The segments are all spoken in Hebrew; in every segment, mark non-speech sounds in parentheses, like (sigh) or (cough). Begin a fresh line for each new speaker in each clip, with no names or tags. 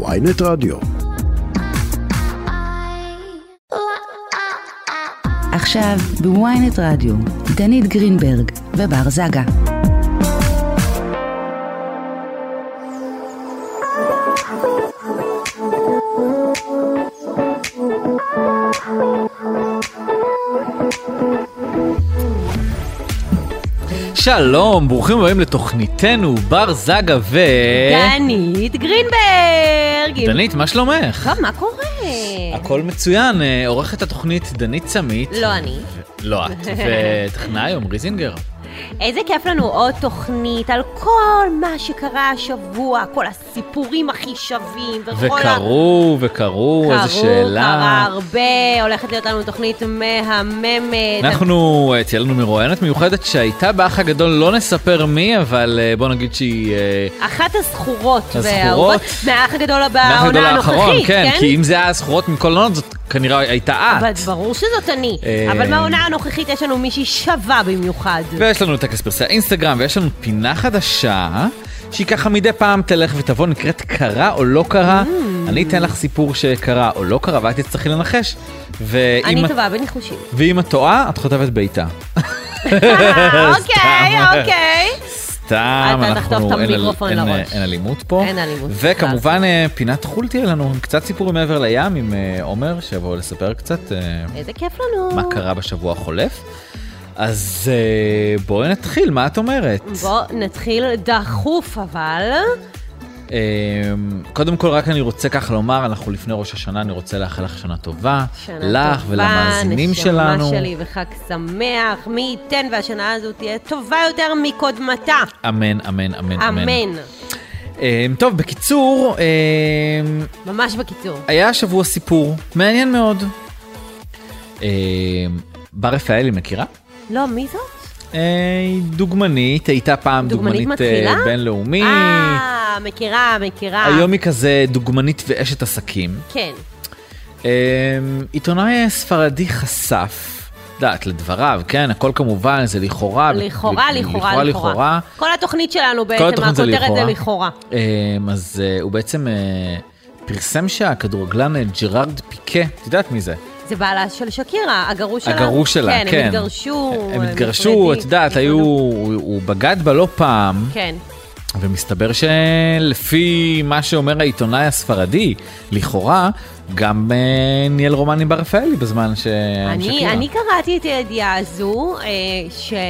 ויינט רדיו.
עכשיו בוויינט רדיו, דנית גרינברג ובר זגה.
שלום, ברוכים הבאים לתוכניתנו, בר זגה ו... אה?
דנית גרינברג!
דנית, מה שלומך?
טוב, מה קורה?
הכל מצוין, אה, עורכת התוכנית דנית צמית.
לא אני.
לא את, וטכנאי עמרי
(laughs)
זינגר.
איזה כיף לנו עוד תוכנית על כל מה שקרה השבוע, כל הסיפורים הכי שווים, וכל ה...
וקראו, וקראו, איזה
קרו, קרה
שאלה.
הרבה, הולכת להיות לנו תוכנית מהממת.
אנחנו, אה, תהיה לנו מרואיינת מיוחדת שהייתה באח הגדול, לא נספר מי, אבל אה, בוא נגיד שהיא... אה,
אחת הזכורות
הזכורות.
והאהובות מהאח הגדול
מהאח הגדול
בעונה הנוכחית,
כן,
כן?
כי אם זה היה הזכורות מכל עונות, זאת כנראה הייתה
אבל
את.
ברור שזאת אני,
אה,
אבל מהעונה הנוכחית יש לנו מישהי שווה במיוחד.
ויש לנו את טקס פרסי האינסטגרם, ויש לנו פינה חדשה, שהיא ככה מדי פעם תלך ותבוא, נקראת קרה או לא קרה.
Mm.
אני אתן לך סיפור שקרה או לא קרה, ואת תצטרכי לנחש. ואם
אני
את-
טובה
(laughs)
בניחושים.
ואם את טועה, את חוטבת בעיטה.
אוקיי, אוקיי.
סתם,
אתה
אנחנו,
תחטוף את
אין אל-
המיקרופון
אין-
לראש.
אין אלימות פה.
אין אלימות,
וכמובן, אה, פינת חו"ל תהיה לנו עם קצת סיפורים מעבר לים, עם אה, עומר, שיבואו לספר קצת אה,
איזה כיף לנו.
מה קרה בשבוע החולף. אז אה, בואי נתחיל, מה את אומרת?
בוא נתחיל דחוף אבל.
אמ, קודם כל, רק אני רוצה ככה לומר, אנחנו לפני ראש השנה, אני רוצה לאחל לך שנה טובה.
שנה
לך
טובה,
ולמאזינים שלנו.
נשמה שלי וחג שמח, מי ייתן והשנה הזו תהיה טובה יותר מקודמתה.
אמן, אמן, אמן, אמן.
אמן.
אמ, טוב, בקיצור, אמ,
ממש בקיצור.
היה השבוע סיפור מעניין מאוד. אמ, בר רפאלי מכירה?
לא, מי זאת?
אה, היא דוגמנית, הייתה פעם
דוגמנית
דוגמנית אה,
מתחילה?
בינלאומית.
אה, מכירה, מכירה.
היום היא כזה דוגמנית ואשת עסקים.
כן.
אמ, עיתונאי ספרדי חשף, דעת לדבריו, כן, הכל כמובן, זה לכאורה.
לכאורה,
אה, ב-
לכאורה, לכאורה. כל התוכנית שלנו בעצם,
התוכנית זה
הכותרת זה
לכאורה.
לכאורה.
אמ, אז אה, הוא בעצם אה, פרסם שהכדורגלן אה, ג'רארד פיקה, את יודעת מי זה?
זה בעלה של שקירה, הגרוש שלה.
הגרוש שלה, כן.
הם התגרשו.
הם התגרשו,
נפרדים.
את יודעת, היו, הוא הוא בגד בה לא פעם,
כן.
ומסתבר שלפי מה שאומר העיתונאי הספרדי, לכאורה, גם אה, ניהל רומן עם בר רפאלי בזמן ש...
אני,
שקירה.
אני קראתי את הידיעה הזו, אה, שהוא אה,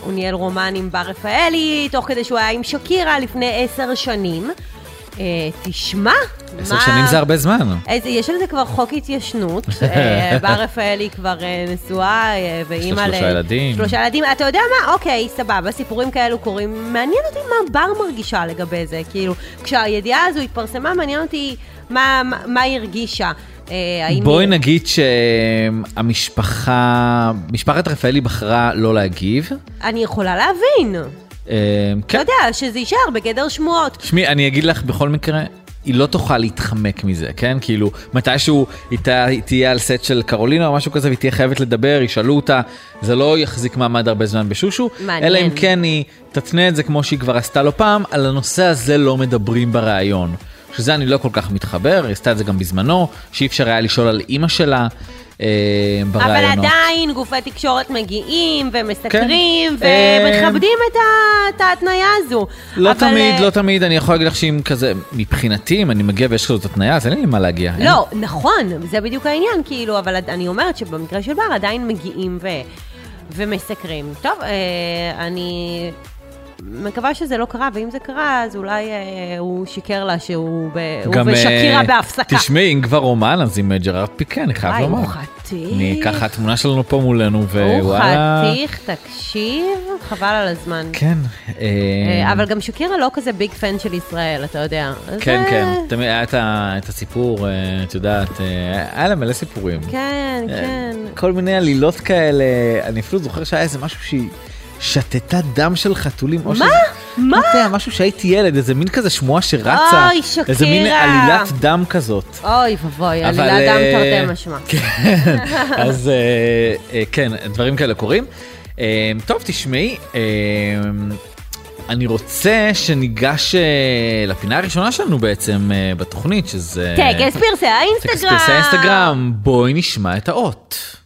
הוא ניהל רומן עם בר רפאלי, תוך כדי שהוא היה עם שקירה לפני עשר שנים. אה, תשמע,
עשר שנים זה הרבה זמן.
איזה, יש על זה כבר חוק
(laughs)
התיישנות, אה, בר רפאלי כבר אה, נשואה אה, ואימא
יש לה שלושה ילדים.
שלושה ילדים, אתה יודע מה? אוקיי, סבבה, סיפורים כאלו קורים. מעניין אותי מה בר מרגישה לגבי זה, כאילו, כשהידיעה הזו התפרסמה, מעניין אותי מה, מה, מה היא הרגישה. אה, האם
בואי
היא-
נגיד שהמשפחה, משפחת רפאלי בחרה לא להגיב.
אני יכולה להבין.
אה,
אתה
כן,
לא יודע, שזה יישאר בגדר שמועות.
תשמעי, אני אגיד לך בכל מקרה, היא לא תוכל להתחמק מזה, כן? כאילו, מתישהו היא תה- היא תהיה על סט של קרולינה או משהו כזה, והיא תהיה חייבת לדבר, ישאלו אותה, זה לא יחזיק מעמד הרבה זמן בשושו,
מעניין.
אלא אם כן היא תתנה את זה כמו שהיא כבר עשתה לא פעם, על הנושא הזה לא מדברים בריאיון. שזה אני לא כל כך מתחבר, היא עשתה את זה גם בזמנו, שאי אפשר היה לשאול על אימא שלה אה,
אבל
בראיונות.
עדיין גופי תקשורת מגיעים ומסקרים
כן. אה,
ומכבדים את ה- את ההתניה הזו.
לא
אבל,
תמיד,
אה,
לא תמיד, אני יכול להגיד לך שאם כזה, מבחינתי, אם אני מגיע ויש כזאת התניה, אז אין לי מה להגיע. אין-
לא, נכון, זה בדיוק העניין, כאילו, אבל עד- אני אומרת שבמקרה של בר עדיין מגיעים ו... ומסקרים. טוב, אה, אני מקווה שזה לא קרה, ואם זה קרה, אז אולי אה, הוא שיקר לה שהוא ב...
גם,
הוא ושקירה
אה,
בהפסקה.
תשמעי, אם כבר רומן, אז עם אה, ג'רארד פיקה, אני חייב
וואי,
לומר.
הוא חתיך.
אני ככה, התמונה שלנו פה מולנו,
הוא
ווואלה.
חתיך, תקשיב, חבל על הזמן.
כן. אה,
אה, אבל גם שקירה לא כזה ביג פן של ישראל, אתה יודע. אז,
כן,
אה,
כן. תמיד היה את ה- את הסיפור, אה, את יודעת, אה, היה לה מלא סיפורים.
כן,
אה,
כן.
כל מיני עלילות כאלה, אני אפילו זוכר שהיה איזה משהו שהיא שתתה דם של חתולים. או
מה?
שזה-
מה?
לא יודע, משהו שהייתי ילד, איזה מין כזה שמועה שרצה.
אוי, שקירה.
איזה מין עלילת דם כזאת. (laughs)
אוי ואבוי,
אבל,
עלילת דם
אה,
תרתי משמע.
כן, אז אה, אה, כן, דברים כאלה קורים. אה, טוב, תשמעי, אה, אני רוצה שניגש אה, לפינה הראשונה שלנו בעצם אה, בתוכנית, שזה...
טקס כן, פרסי
טקס
האינסטגרם.
פרסי האינסטגרם. בואי נשמע את האות.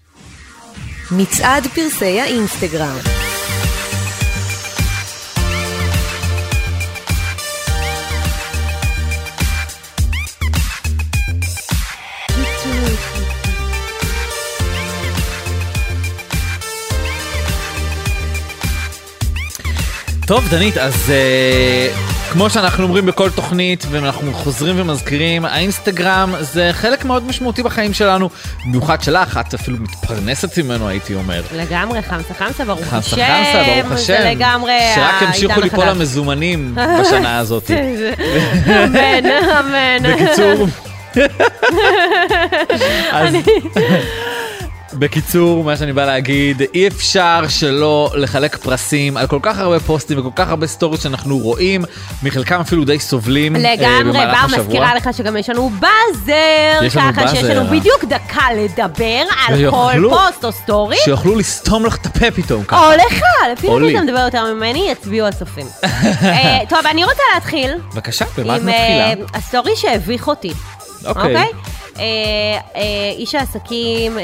מצעד פרסי האינסטגרם.
טוב, דנית, אז אה, כמו שאנחנו אומרים בכל תוכנית, ואנחנו חוזרים ומזכירים, האינסטגרם זה חלק מאוד משמעותי בחיים שלנו, במיוחד שלך, את אפילו מתפרנסת ממנו, הייתי אומר.
לגמרי, חמסה חמסה, ברוך
חמסה
השם.
חמסה, ברוך השם.
זה לגמרי
שרק
העידן
ימשיכו ליפול
החדש.
המזומנים בשנה
(laughs)
הזאת.
אמן, אמן. (laughs)
בקיצור... אז... בקיצור, מה שאני בא להגיד, אי אפשר שלא לחלק פרסים על כל כך הרבה פוסטים וכל כך הרבה סטוריז שאנחנו רואים, מחלקם אפילו די סובלים אה,
לגמרי,
במהלך
בר
השבוע.
מזכירה לך שגם יש לנו באזר,
יש לנו
ככה שיש
באזר.
לנו בדיוק דקה לדבר על כל
ויאכלו.
פוסט או סטורי,
שיוכלו לסתום לך את הפה פתאום ככה.
או לך, לפי
או
דעתי
לי.
אתה מדבר יותר ממני, יצביעו
(laughs)
הסופים. אה, טוב, אני רוצה להתחיל
בבקשה, במה את
עם
מתחילה?
אה, הסטורי שהביך אותי,
אוקיי.
אוקיי? אה, אה, איש העסקים אה,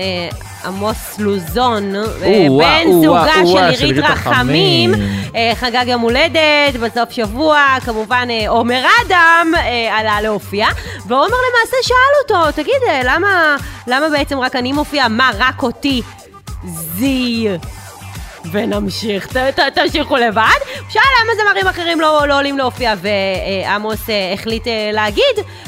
עמוס לוזון, אה,
או-אה,
בן
או-אה,
זוגה
או-אה,
של
של
עירית
עירית
רחמים,
רחמים.
אה, חגג יום הולדת, בסוף שבוע, כמובן אה, עומר אדם אה, עלה להופיע, ועומר למעשה שאל אותו, תגיד, אה, למה, למה בעצם רק אני מופיע? מה, רק אותי? זי. ונמשיך, ת, ת, תמשיכו לבד. שאל למה זמרים אחרים לא, לא עולים להופיע, ועמוס אה, החליט אה, להגיד,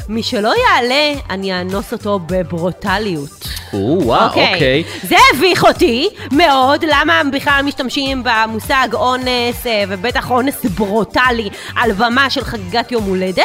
מי שלא יעלה, אני אאנוס אותו בברוטליות.
או, וואו, אוקיי.
זה הביך אותי מאוד, למה בכלל משתמשים במושג אונס, אה, ובטח אונס ברוטלי, על במה של חגיגת יום הולדת.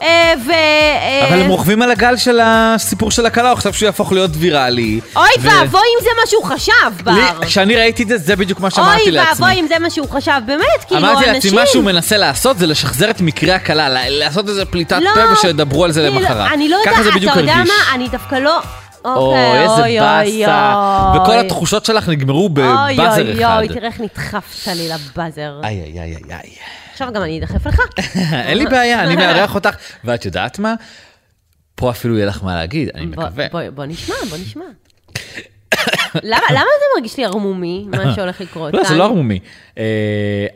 אה, ו... אה,
אבל הם רוכבים על הגל של הסיפור של הכלה, הוא חשב שהוא יהפוך להיות ויראלי.
אוי
ו-
ואבוי אם זה מה שהוא חשב, בר.
לי- כשאני ראיתי את זה, זה בדיוק מה שאמרתי
אוי
לעצמי.
ואבוי אם זה מה שהוא חשב, באמת, כאילו, אנשים...
אמרתי לעצמי, מה שהוא מנסה לעשות זה לשחזר את מקרה הכלה, ל- לעשות איזה פליטת
לא,
פה ושידברו על זה
כאילו,
למחרת.
אני לא
ככה זה
יודעת,
בדיוק
אתה יודע
הרגיש.
מה? אני דווקא לא...
אוי,
אוקיי,
איזה
אוי, אוי,
באסה.
אוי.
וכל התחושות שלך נגמרו בבאזר
אוי,
אחד.
אוי, אוי, תראה איך נדחפת לי לבאזר.
איי, איי, איי, איי, איי.
עכשיו גם אני אדחף לך.
אין לי בעיה, אני מארח אותך. ואת יודעת מה? פה אפילו יהיה לך מה להגיד, אני
בוא-
מקווה.
בוא- בוא נשמע, בוא נשמע. למה למה זה מרגיש לי ערמומי, מה שהולך לקרות?
לא, זה
כאן?
לא ערמומי. אה,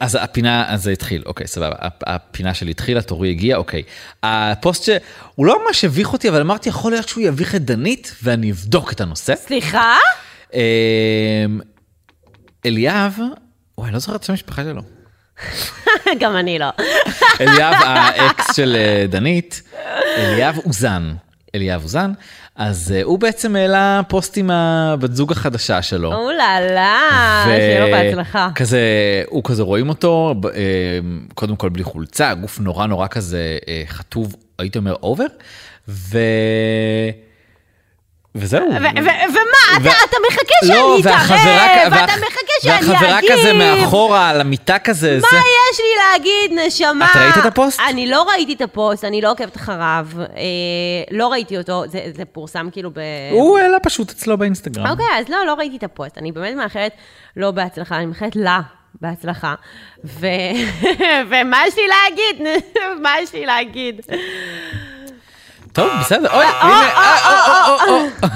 אז הפינה, אז זה התחיל, אוקיי, סבבה. הפ- הפינה שלי התחילה, תורי הגיע, אוקיי. הפוסט ש... הוא לא ממש הביך אותי, אבל אמרתי, יכול להיות שהוא יביך את דנית, ואני אבדוק את הנושא.
סליחה? (laughs)
אמ, אליאב, וואי, אני לא זוכר את שם המשפחה שלו.
גם אני לא.
אליאב, האקס של אה, דנית, אליאב אוזן. אליאב אוזן. אז אה, הוא בעצם העלה פוסט עם הבת זוג החדשה שלו.
אוללה,
לא. ו-
אה, שיהיה לו בהצלחה.
כזה, הוא כזה רואים אותו, ב- אה, קודם כל בלי חולצה, גוף נורא נורא כזה אה, חטוב, הייתי אומר אובר, ו... וזהו.
ו- ו- ומה, אתה-
ו-
אתה מחכה שאני
לא, והחברה,
אתערב, ואתה
והח-
מחכה שאני אגיב.
והחברה כזה מאחורה על המיטה כזה,
מה
זה...
יש לי להגיד, נשמה?
את ראית את הפוסט?
אני לא ראיתי את הפוסט, אני לא עוקבת אחריו. אה, לא ראיתי אותו, זה, זה פורסם כאילו ב...
הוא העלה פשוט אצלו באינסטגרם.
אוקיי, אז לא, לא ראיתי את הפוסט. אני באמת מאחלת לא בהצלחה, אני מאחלת לה בהצלחה. ו... (laughs) ומה יש לי להגיד? (laughs) מה יש לי להגיד?
טוב, בסדר, אוי, הנה, אה, או, או, או, או.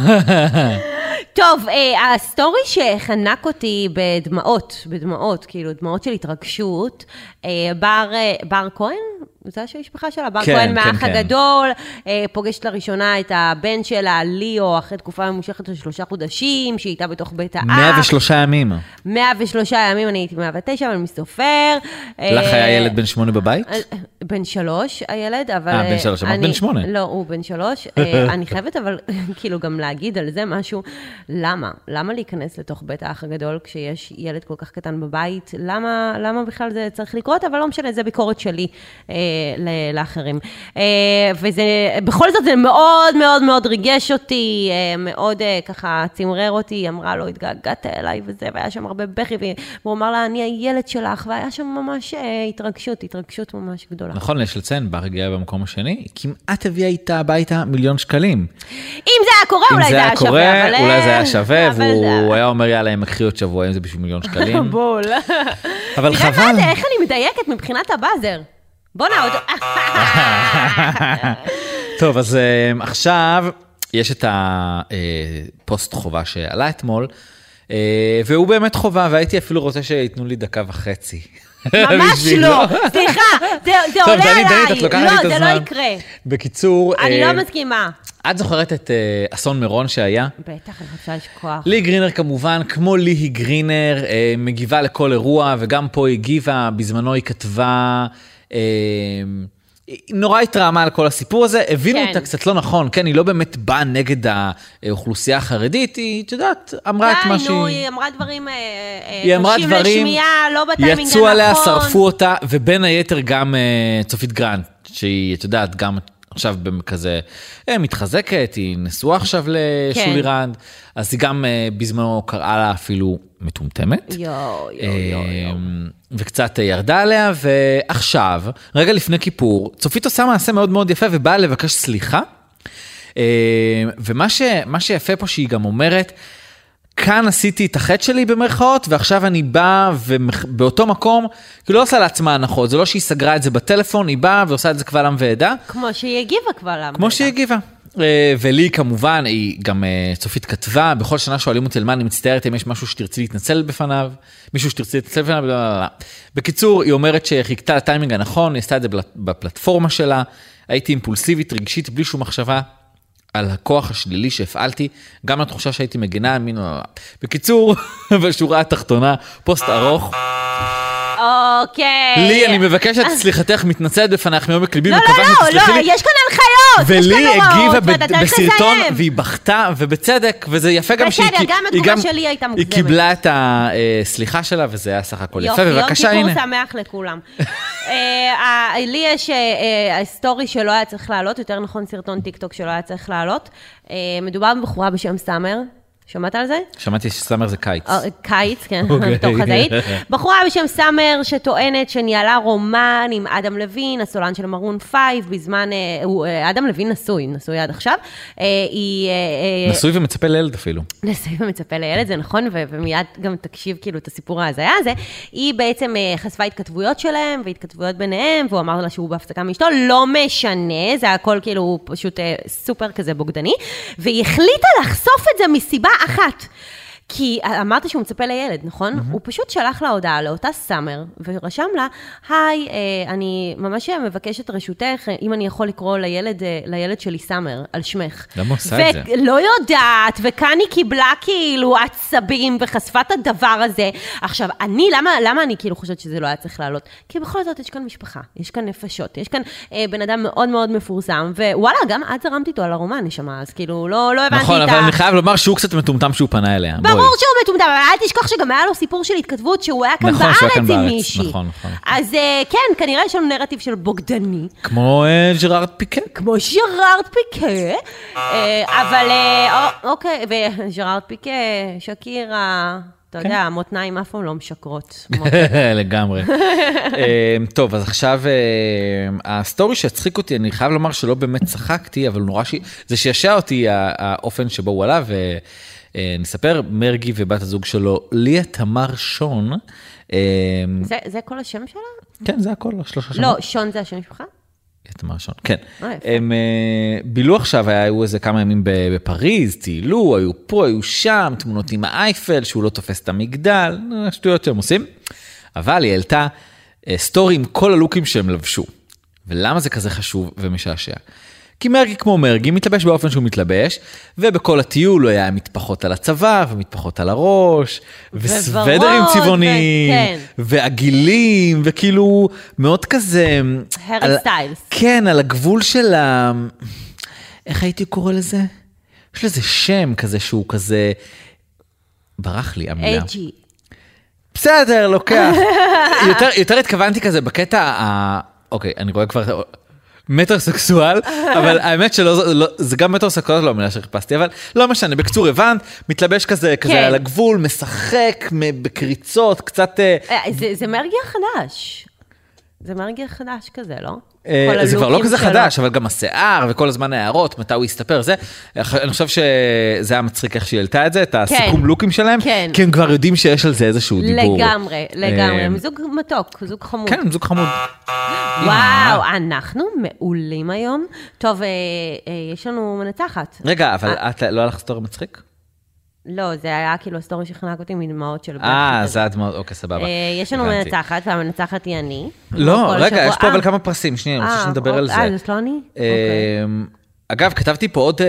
(laughs) טוב, אה, הסטורי שחנק אותי בדמעות, בדמעות, כאילו, דמעות של התרגשות, אה, בר, אה, בר כהן? זה השם המשפחה שלה, בר
כן,
כהן
כן,
מהאח
כן.
הגדול, אה, פוגשת לראשונה את הבן שלה, ליאו, אחרי תקופה ממושכת של שלושה חודשים, שהיא הייתה בתוך בית האח.
103
אה,
ימים.
103 ימים, אני הייתי 109, אבל מי סופר.
לך היה ילד בן שמונה בבית?
אה, בן שלוש הילד, אבל...
אה, בן שלוש, אמרת
אני-
בן שמונה.
לא, הוא בן שלוש. אה, אני חייבת אבל, (laughs) כאילו, גם להגיד על זה משהו. למה? למה להיכנס לתוך בית האח הגדול כשיש ילד כל כך קטן בבית? למה, למה בכלל זה צריך לקרות? אבל לא משנה, זה ביקורת שלי אה, ל- לאחרים. אה, וזה, בכל זאת, זה מאוד מאוד מאוד ריגש אותי, אה, מאוד אה, ככה צמרר אותי. היא אמרה לו, התגעגעת אליי וזה, והיה שם הרבה בכי, והוא אמר לה, אני הילד שלך, והיה שם ממש אה, התרגשות, התרגשות ממש גדולה. גדולה.
נכון, יש לציין, בר הגיעה במקום השני, היא כמעט הביאה איתה הביתה מיליון שקלים.
אם זה היה קורה, אולי
אם
זה היה שווה.
קורה,
אבל,
אולי זה
אה,
היה שווה,
אבל
והוא
זה-
היה אומר, יאללה, הם יקחי עוד שבוע, אם זה בשביל מיליון
(laughs)
שקלים.
בול.
אבל
תראה
חבל.
מה זה, איך אני מדייקת מבחינת הבאזר. בואנה, עוד...
אה. (laughs) טוב, אז אה, עכשיו יש את הפוסט חובה שעלה אתמול, אה, והוא באמת חובה, והייתי אפילו רוצה שייתנו לי דקה וחצי.
(laughs)
(laughs)
ממש
בשבילו.
לא. סליחה, זה זה
טוב,
עולה
דנית,
עליי.
דנית, את לוקחת לי את
לא, זה
הזמן. אה,
לא יקרה.
בקיצור,
אני
אה,
לא מסכימה.
את זוכרת את אה, אסון מירון שהיה?
בטח, איך אפשר לשכוח.
לי גרינר כמובן, כמו ליהי גרינר, אה, מגיבה לכל אירוע, וגם פה היא הגיבה, בזמנו היא כתבה... אה, היא נורא התרעמה על כל הסיפור הזה, הבינו
כן.
אותה קצת לא נכון, כן, היא לא באמת באה נגד האוכלוסייה החרדית, היא, את יודעת, אמרה לא, את מה
די,
שהיא...
נו, היא אמרה דברים... אה, אה,
היא אמרה
קשים
דברים,
לשמיעה, לא בטיימינג הנכון.
יצאו עליה, שרפו אותה, ובין היתר גם אה, צופית גרנט, שהיא, את יודעת, גם עכשיו כזה אה, מתחזקת, היא נשואה עכשיו
כן.
לשולי רנד, אז היא גם אה, בזמנו קראה לה אפילו מטומטמת.
יואו, יואו,
אה,
יואו, יואו.
וקצת אה, ירדה עליה, ועכשיו, רגע לפני כיפור, צופית עושה מעשה מאוד מאוד יפה ובאה לבקש סליחה. אה, ומה ש, מה שיפה פה שהיא גם אומרת, כאן עשיתי את החטא שלי במרכאות, ועכשיו אני באה ובאותו מקום, כאילו לא עושה לעצמה הנחות, זה לא שהיא סגרה את זה בטלפון, היא באה ועושה את זה קבל עם ועדה,
כמו שהיא הגיבה כבר למה. לא?
כמו שהיא הגיבה. אה, ולי כמובן, היא גם אה, צופית כתבה, בכל שנה שואלים אותי על מה אני מצטערת, אם יש משהו שתרצי להתנצל בפניו, מישהו שתרצי להתנצל בפניו, לא, לא, לא. בקיצור, היא אומרת שהיא חיכתה לטיימינג הנכון, היא עשתה את זה בלט- בפלטפורמה שלה, הייתי אימפולסיבית, רגשית, בלי שום מחשבה על הכוח השלילי שהפעלתי, גם התחושה שהייתי מגינה, מין... לא, לא, לא. בקיצור, (laughs) בשורה התחתונה, פוסט ארוך.
אה, אוקיי.
לי, אני מבקש
(laughs)
את סליחתך, מתנצלת בפנייך מעומק ליבי,
לא, לא,
מקווה
לא,
שתסלחי
לא,
לי.
יש כאן הנחיות, יש כאן
ולי
הוראות,
הגיבה
ואתה
ב-
צריך
בסרטון,
לסיים.
והיא בכתה, ובצדק, וזה יפה גם
בסדר,
שהיא... כי-
גם
היא
התגובה שלי הייתה מוגזמת.
היא קיבלה את הסליחה שלה, וזה היה סך הכל יפה, בבקשה,
יופי, יום
הנה.
כיפור שמח לכולם. (laughs) אה, ה- לי יש אה, אה, סטורי שלא היה צריך לעלות, יותר נכון סרטון טיק טוק שלא היה צריך לעלות. אה, מדובר בבחורה בשם סאמר, שמעת על זה?
שמעתי שסמר זה קיץ.
אה, קיץ, כן, (laughs)
אוקיי.
בתור חזאית. בחורה בשם סאמר שטוענת שניהלה רומן עם אדם לוין, הסולן של מרון פייב, בזמן... אה, הוא, אה, אדם לוין נשוי, נשוי עד עכשיו. אה, היא... אה, אה,
נשוי ומצפה לילד אפילו.
נשוי ומצפה לילד, זה נכון, ו- ומיד גם תקשיב כאילו את הסיפור ההזיה הזה. היא בעצם אה, חשפה התכתבויות שלהם, והתכתבויות ביניהם, והוא אמר לה שהוא בהפסקה מאשתו, לא משנה, זה הכל כאילו פשוט אה, סופר כזה בוגדני, והיא החליטה לחשוף את זה מסיבה אחת. כי אה, אמרת שהוא מצפה לילד, נכון? Mm-hmm. הוא פשוט שלח לה הודעה לאותה סאמר, ורשם לה, היי, אה, אני ממש מבקשת רשותך, אה, אם אני יכול לקרוא לילד, אה, לילד שלי סאמר, על שמך.
למה הוא עשה את זה?
לא יודעת, וכאן היא קיבלה כאילו עצבים וחשפה את הדבר הזה. עכשיו, אני, למה, למה אני כאילו חושבת שזה לא היה צריך לעלות? כי בכל זאת יש כאן משפחה, יש כאן נפשות, יש כאן אה, בן אדם מאוד מאוד מפורסם, ווואלה, גם את זרמת איתו על הרומן, נשמה, אז כאילו, לא, לא הבנתי
נכון,
את
אבל אני חייב לומר שהוא קצת מטומטם שהוא פנה אליה. בואי.
ברור שהוא מטומטם, אבל אל תשכח שגם היה לו סיפור של התכתבות שהוא היה כאן
נכון, שהוא היה
בארץ
כאן
עם
בארץ,
מישהי.
נכון, נכון.
אז אה, כן, כנראה יש לנו נרטיב של בוגדני.
כמו אה, ג'רארד פיקה.
כמו ז'רארד פיקה, אה, אבל אה, א- אוקיי, וז'רארד פיקה, שקירה, אתה
כן.
יודע, המותניים אף פעם לא
(laughs)
משקרות.
לגמרי. אה, טוב, אז עכשיו, אה, הסטורי שהצחיק אותי, אני חייב לומר שלא באמת צחקתי, אבל נורא ש... זה שישע אותי ה- האופן שבו הוא עלה, ונספר, מרגי ובת הזוג שלו, ליה תמר שון, אה,
זה- זה כל השם שלה?
כן, זה הכל, השלושה שמות.
לא, שון זה השם שלך?
ליה תמר שון, כן.
אה, יפה.
הם אה, בילו עכשיו, היה- היו איזה כמה ימים ב- בפריז, טיילו, היו פה, היו שם, תמונות עם האייפל, שהוא לא תופס את המגדל, אה, שטויות שהם עושים. אבל היא העלתה אה, סטורי עם כל הלוקים שהם לבשו. ולמה זה כזה חשוב ומשעשע? כי מרגי כמו מרגי, מתלבש באופן שהוא מתלבש, ובכל הטיול הוא היה עם מטפחות על הצוואר, ומטפחות על הראש, וסוודרים
וורוד, ו-
צבעוניים,
כן.
ועגילים, וכאילו, מאוד כזה...
Harry
על-
Styles.
כן, על הגבול של ה... איך הייתי קורא לזה? יש לזה שם כזה שהוא כזה... ברח לי המילה.
אייג'י.
בסדר, לוקח. יותר, יותר התכוונתי כזה בקטע ה... אוקיי, אני רואה כבר... מטרוסקסואל, אבל האמת שלא, זה- לא, זה גם מטרוסקסואל לא המילה שחיפשתי, אבל לא משנה, בקצור הבנת, מתלבש כזה, כזה
כן.
על הגבול, משחק, מ- בקריצות, קצת... אה,
אה, זה- זה מרגי החדש. זה מרגע חדש כזה, לא?
אה,
כל
זה כבר לא
הלוקים
כזה
שלו.
חדש, אבל גם השיער וכל הזמן ההערות, מתי הוא הסתפר, זה. אח- אני חושב שזה היה מצחיק איך שהיא העלתה את זה, את הסיכום לוקים שלהם,
כן.
כי הם כבר יודעים שיש על זה איזשהו דיבור.
לגמרי, לגמרי.
אה,
הם זוג מתוק, זוג חמוד.
כן, הם זוג חמוד.
אה. וואו, אנחנו מעולים היום. טוב, אה, אה, יש לנו מנצחת.
רגע, אבל
אה.
את לא היה לך סטורי מצחיק?
לא, זה היה כאילו הסטורי שחנק אותי מדמעות של...
אה, זה הדמעות, אוקיי, סבבה.
לא. אה, יש לנו
הבנתי.
מנצחת, והמנצחת היא אני.
לא,
כל
רגע,
שבוע-
יש פה אבל
אה,
כמה פרסים, שנייה, אני רוצה
אה,
שנדבר על זה.
אה, זאת לא אני?
אמ, אגב, כתבתי פה עוד אה,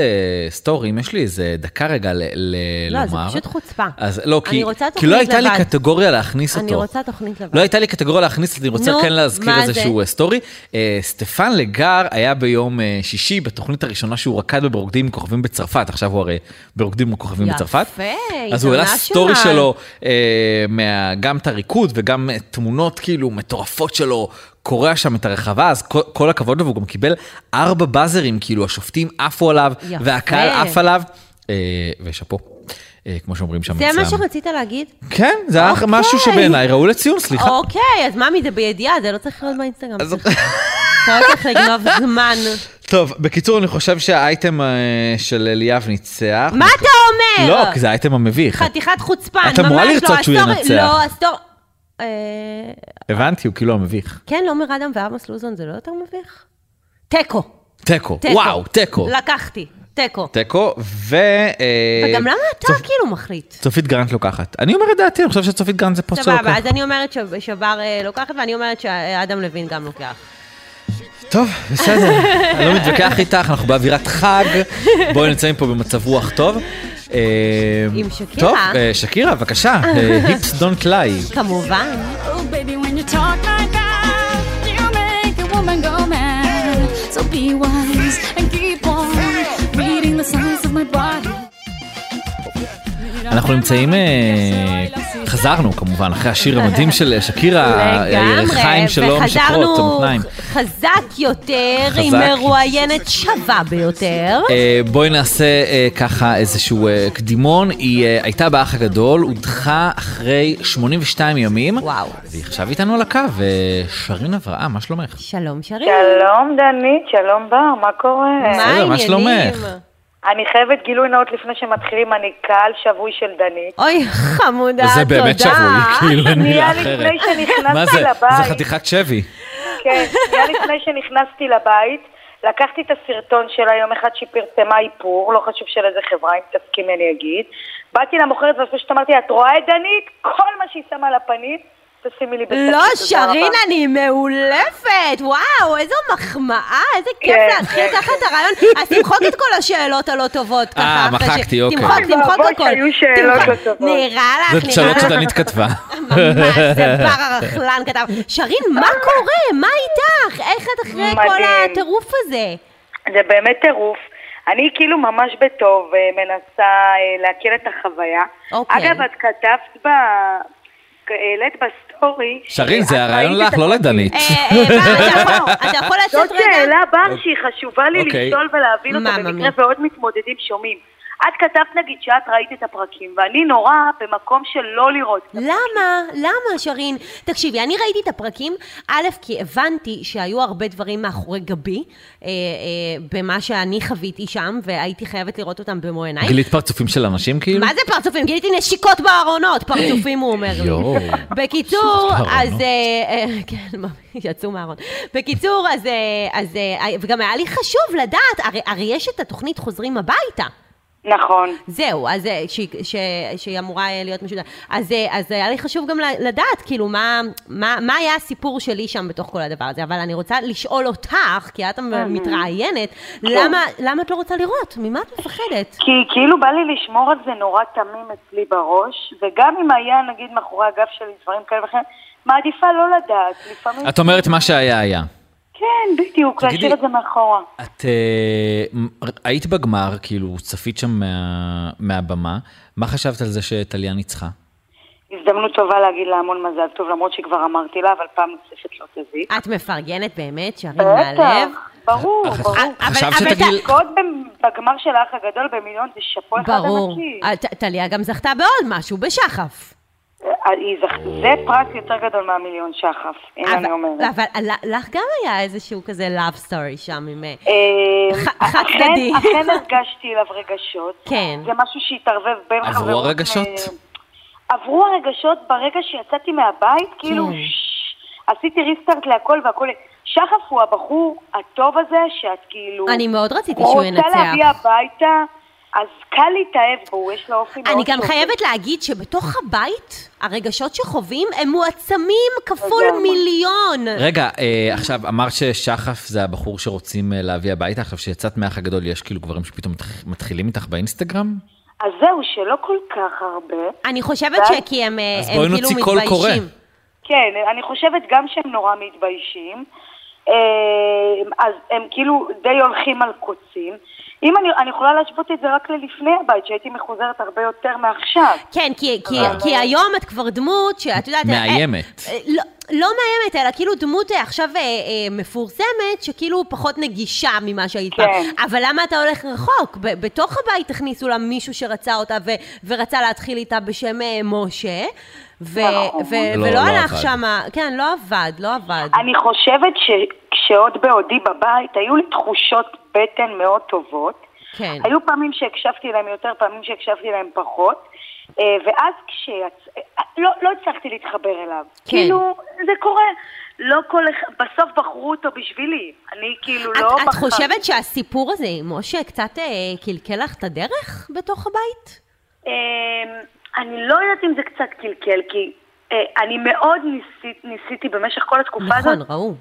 סטורים, יש לי איזה דקה רגע ל- ל-
לא,
לומר.
זה פשוט חוצפה.
אז לא, כי,
אני רוצה
כי לא
תוכנית
הייתה לי
לבד.
קטגוריה להכניס אותו.
אני רוצה תוכנית לבד.
לא הייתה לי קטגוריה להכניס, אז אני רוצה
נו,
כן להזכיר
מה
איזשהו
זה?
אה, סטורי. אה, סטפן לגר היה ביום אה, שישי בתוכנית הראשונה שהוא רקד בברוקדים עם כוכבים בצרפת, עכשיו הוא הרי ברוקדים עם כוכבים
יפה,
בצרפת. אז הוא העלה סטורי
international.
שלו, אה, מה- גם את הריקוד וגם אה, תמונות כאילו מטורפות שלו, קורע שם את הרחבה, אז כל- כל הכבוד לו, והוא גם קיבל ארבע באזרים, כאילו השופטים עפו עליו,
יפה.
והקהל עף עליו, אה, ושאפו, אה, כמו שאומרים שם
זה
אצלם.
מה שרצית להגיד?
כן, זה היה
אוקיי.
משהו שבעיניי ראוי לציון, סליחה.
אוקיי, אז מה מזה בידיעה? זה לא צריך להיות באינסטגרם. אתה לא צריך לגנוב זמן.
טוב, בקיצור, אני חושב שהאייטם אה, של אליאב ניצח.
מה אתה אומר?
לא, כי זה האייטם המביך.
חתיכת חוצפן, ממש
את
לא.
אמורה לרצות שהוא
הסטורי-
ינצח.
לא, הסטור... אה,
הבנתי, הוא כאילו המביך.
כן, עומר אדם ועמוס לוזון זה לא יותר מביך? תיקו.
תיקו,
תיקו. לא.
וואו, תיקו.
לקחתי, תיקו.
תיקו, ו... אה,
וגם למה אתה
צופ-
כאילו מחליט?
צופית גרנט לוקחת. אני אומר את דעתי, אני חושב שצופית גרנט זה פוסט
סבבה,
שלוקח.
אז אני אומרת שב- שבר אה, לוקחת, ואני אומרת שאדם לוין גם לוקח.
טוב,
(laughs)
בסדר, אני לא מתווכח איתך, אנחנו באווירת חג, בואי נמצאים פה במצב רוח טוב. אה,
עם שקירה.
טוב, אה, שקירה, בבקשה, אה,
(laughs)
היפס דון קליי.
כמובן.
Oh, baby, when you talk like that, you make a woman go mad. So be wise and keep on reading the signs of my body.
אנחנו נמצאים, אה, חזרנו כמובן, אחרי השיר המדהים של שקירה, אה, ירחיים שלא משקרות, המותניים.
חזק יותר,
חזק.
עם מרואיינת שווה ביותר.
אה, בואי נעשה אה, ככה איזשהו אה, קדימון, היא אה, הייתה באח הגדול, הודחה אחרי 82 ימים.
וואו.
והיא עכשיו איתנו על הקו, אה, שרין אברהם, מה שלומך?
שלום שרין.
שלום דנית, שלום בר, מה קורה?
מה
בסדר, מה
העניינים?
שלומך?
אני חייבת גילוי נאות לפני שמתחילים, אני קהל שבוי של דנית.
אוי, חמודה, תודה.
זה באמת שבוי,
(laughs)
כאילו אין מילה
שנייה
אחרת.
לפני שנכנסת
מה זה? זה
לבית.
חתיכת שבי.
אה,
כן, שנייה לפני שנכנסתי לבית, לקחתי את הסרטון שלה יום אחד שהיא פרסמה איפור, לא חשוב של איזה חברה, אם תסכימי אני אגיד. באתי למוכרת ופשוט אמרתי, את רואה את דנית? כל מה שהיא שמה על הפנים, תשימי לי בסדר.
לא, שרין, אני מאולפת! וואו, איזו מחמאה, איזה כיף
כן,
להתחיל
כן,
ככה את הרעיון. אז תמחוק את כל השאלות הלא טובות ככה.
אה,
אחרי ש-
מחקתי, אוקיי.
תמחוק,
אוי
תמחוק
ואבוי
הכל.
שהיו שאלות
תמחק.
לא טובות.
נראה לך,
זה
נראה לך.
שאלות שדנית
(laughs)
כתבה.
ממש, זה בר הרכלן כתב. שרין, מה
אה.
קורה? מה איתך? איך את אחרי כל
מדהים.
הטירוף הזה?
זה באמת טירוף. אני כאילו ממש בטוב אה, מנסה אה, להכיר את החוויה.
אוקיי.
אגב, את כתבת ב... העלית בסטורי...
שרין,
שאת
זה הרעיון
ראית
לך,
את
לא
ה-
לדנית.
אה, אה, בר, אתה יכול- אתה יכול
זאת
לצאת רגע?
שאלה, בר, שהיא חשובה לי
אוקיי.
לשאול ולהבין אותה
מה,
במקרה,
מאמי?
ועוד מתמודדים שומעים. את כתבת, נגיד, שאת ראית את הפרקים, ואני נורא במקום של לא לראות.
למה? למה, שרין? תקשיבי, אני ראיתי את הפרקים, א', כי הבנתי שהיו הרבה דברים מאחורי גבי, אה, אה, במה שאני חוויתי שם, והייתי חייבת לראות אותם במו עיניי.
גילית פרצופים של אנשים כאילו?
אה. מה זה פרצופים? גיליתי נשיקות בארונות, פרצופים הוא אומר לי.
יואו.
בקיצור,
בארונות.
אז... אה, אה, כן, ממש, יצאו מהארון. בקיצור, אז... אה, אז אה, וגם היה לי חשוב לדעת, הרי- הרי יש את התוכנית חוזרים הביתה.
נכון.
זהו, אז אה, שהיא- ש- שהיא אמורה אה, להיות משודרת. אז, אה, אז היה לי חשוב גם ל- לדעת, כאילו, מה, מה, מה היה הסיפור שלי שם בתוך כל הדבר הזה, אבל אני רוצה לשאול אותך, כי את מתראיינת, למה, למה את לא רוצה לראות? ממה את מפחדת?
כי כאילו בא לי לשמור על זה נורא תמים אצלי בראש, וגם אם היה נגיד מאחורי הגב שלי דברים כאלה וכאלה, מעדיפה לא לדעת, לפעמים...
את אומרת מה שהיה היה.
כן, בדיוק,
תגידי-
להשאיר את זה מאחורה.
את אה, מ- היית בגמר, כאילו, צפית שם מה- מהבמה, מה חשבת על זה שטליה ניצחה?
הזדמנות טובה להגיד לה המון מזל טוב, למרות שכבר אמרתי לה, אבל פעם נוספת לא תזיק.
את מפרגנת באמת, שרין מהלב?
בטח, ברור,
אה,
ברור.
אה, אבל-
חשבת
אבל
שתגיעי...
קוד בגמר של האח הגדול במיליון זה שאפו אחד
ברור.
ענקי.
אה, ט- טליה גם זכתה בעוד משהו, בשחף.
היא זכ- זה פרס יותר גדול מהמיליון שחף, אין
אבל-
אני אומרת.
אבל ל- לך גם היה איזשהו כזה love story שם עם... אה,
אה,
ח- חד
אכן-
צדדי. (laughs)
אכן הרגשתי אליו רגשות.
כן.
זה משהו שהתערבב בין
עברו
חברות.
הרגשות?
אה, עברו הרגשות ברגע שיצאתי מהבית, כאילו
כן.
ש- עשיתי ריסטארט להכל והכל. שחף הוא הבחור הטוב הזה, שאת כאילו...
אני מאוד רציתי שהוא ינצח.
רוצה להביא הביתה, אז קל להתאהב בו, יש לו אופי מאוד
אני גם
טוב.
חייבת להגיד שבתוך הבית, הרגשות שחווים הם מועצמים כפול
לגמרי.
מיליון.
רגע, אה, עכשיו אמרת ששחף זה הבחור שרוצים אה, להביא הביתה, עכשיו שיצאת מהאח הגדול, יש כאילו גברים שפתאום מתח- מתחילים איתך באינסטגרם?
אה,
אז זהו, שלא כל כך הרבה.
אני חושבת
ואז-
שכי הם אה,
אז
הם
בואי
כאילו
נוציא קול קורא.
מתביישים.
כן, אני חושבת גם שהם נורא מתביישים. אה, אז הם כאילו די הולכים על קוצים. אם אני, אני יכולה להשוות את זה רק ללפני הבית, שהייתי מחוזרת הרבה יותר מעכשיו.
כן, כי, כי, כי היום את כבר דמות שאת יודעת...
מאיימת.
אה, אה, לא, לא מאיימת, אלא כאילו דמות אה, עכשיו אה, אה, מפורסמת, שכאילו פחות נגישה ממה שהיית
כן.
פעם. אבל למה אתה הולך רחוק? ב- בתוך הבית הכניסו לה מישהו שרצה אותה ו- ורצה להתחיל איתה בשם אה, משה, ו-
נכון.
ו-
לא,
ולא
לא
הלך
עבד.
שמה... כן, לא עבד, לא עבד.
אני חושבת שכשעוד בעודי בבית, היו לי תחושות בטן מאוד טובות.
כן.
היו פעמים שהקשבתי להם יותר, פעמים שהקשבתי להם פחות. אה, ואז כשיצא... לא, לא הצלחתי להתחבר אליו.
כן.
כאילו, זה קורה. לא כל אחד... בסוף בחרו אותו בשבילי. אני כאילו
את,
לא...
את
בחרתי.
חושבת שהסיפור הזה עם משה קצת אה, קלקל לך את הדרך בתוך הבית?
אמ, אני לא יודעת אם זה קצת קלקל, כי אה, אני מאוד ניסית, ניסיתי במשך כל התקופה
נכון,
הזאת,
ראו.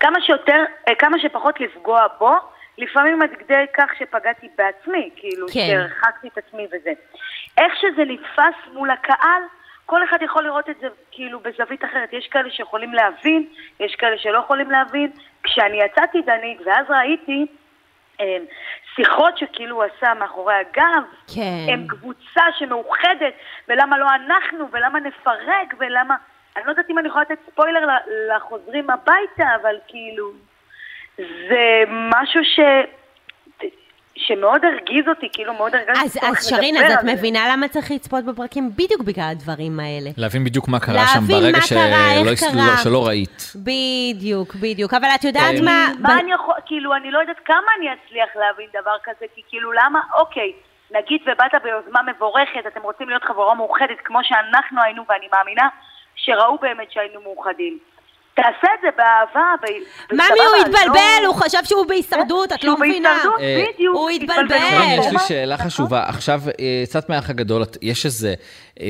כמה שיותר, אה, כמה שפחות לפגוע בו, לפעמים עד כדי כך שפגעתי בעצמי, כאילו,
כן.
שהרחקתי את עצמי וזה. איך שזה נתפס מול הקהל, כל אחד יכול לראות את זה כאילו בזווית אחרת. יש כאלה שיכולים להבין, יש כאלה שלא יכולים להבין. כשאני יצאתי דנית, ואז ראיתי אמ, שיחות שכאילו הוא עשה מאחורי הגב,
כן.
הם קבוצה שמאוחדת, ולמה לא אנחנו, ולמה נפרק, ולמה... אני לא יודעת אם אני יכולה לתת ספוילר ל- לחוזרים הביתה, אבל כאילו... זה משהו ש... שמאוד הרגיז אותי, כאילו מאוד הרגשתי
אז,
צורך
אז שרין,
לדבר
אז את
על זה.
מבינה למה צריך לצפות בפרקים בדיוק בגלל הדברים האלה.
להבין בדיוק מה קרה שם
להבין
ברגע
מה קרה,
שלא
איך
הס-
קרה.
לא- שלא ראית.
בדיוק, בדיוק. אבל את יודעת
כן.
מה...
מה
ב-
אני יכול, כאילו, אני לא יודעת כמה אני אצליח להבין דבר כזה, כי כאילו, למה, אוקיי, נגיד ובאת ביוזמה מבורכת, אתם רוצים להיות חברה מאוחדת כמו שאנחנו היינו, ואני מאמינה שראו באמת שהיינו מאוחדים. תעשה את זה באהבה, ב...
ממי,
בסבבה,
הוא
לא- כן,
התבלבל, הוא חשב שהוא בהיסטרדות, את לא
שהוא
מבינה.
בהישרדות,
אה,
בדיוק.
הוא התבלבל.
שרון, יש לי
נכון,
שאלה
נכון.
חשובה. עכשיו, אה, יצאת מהאח הגדול, את- יש איזה אה,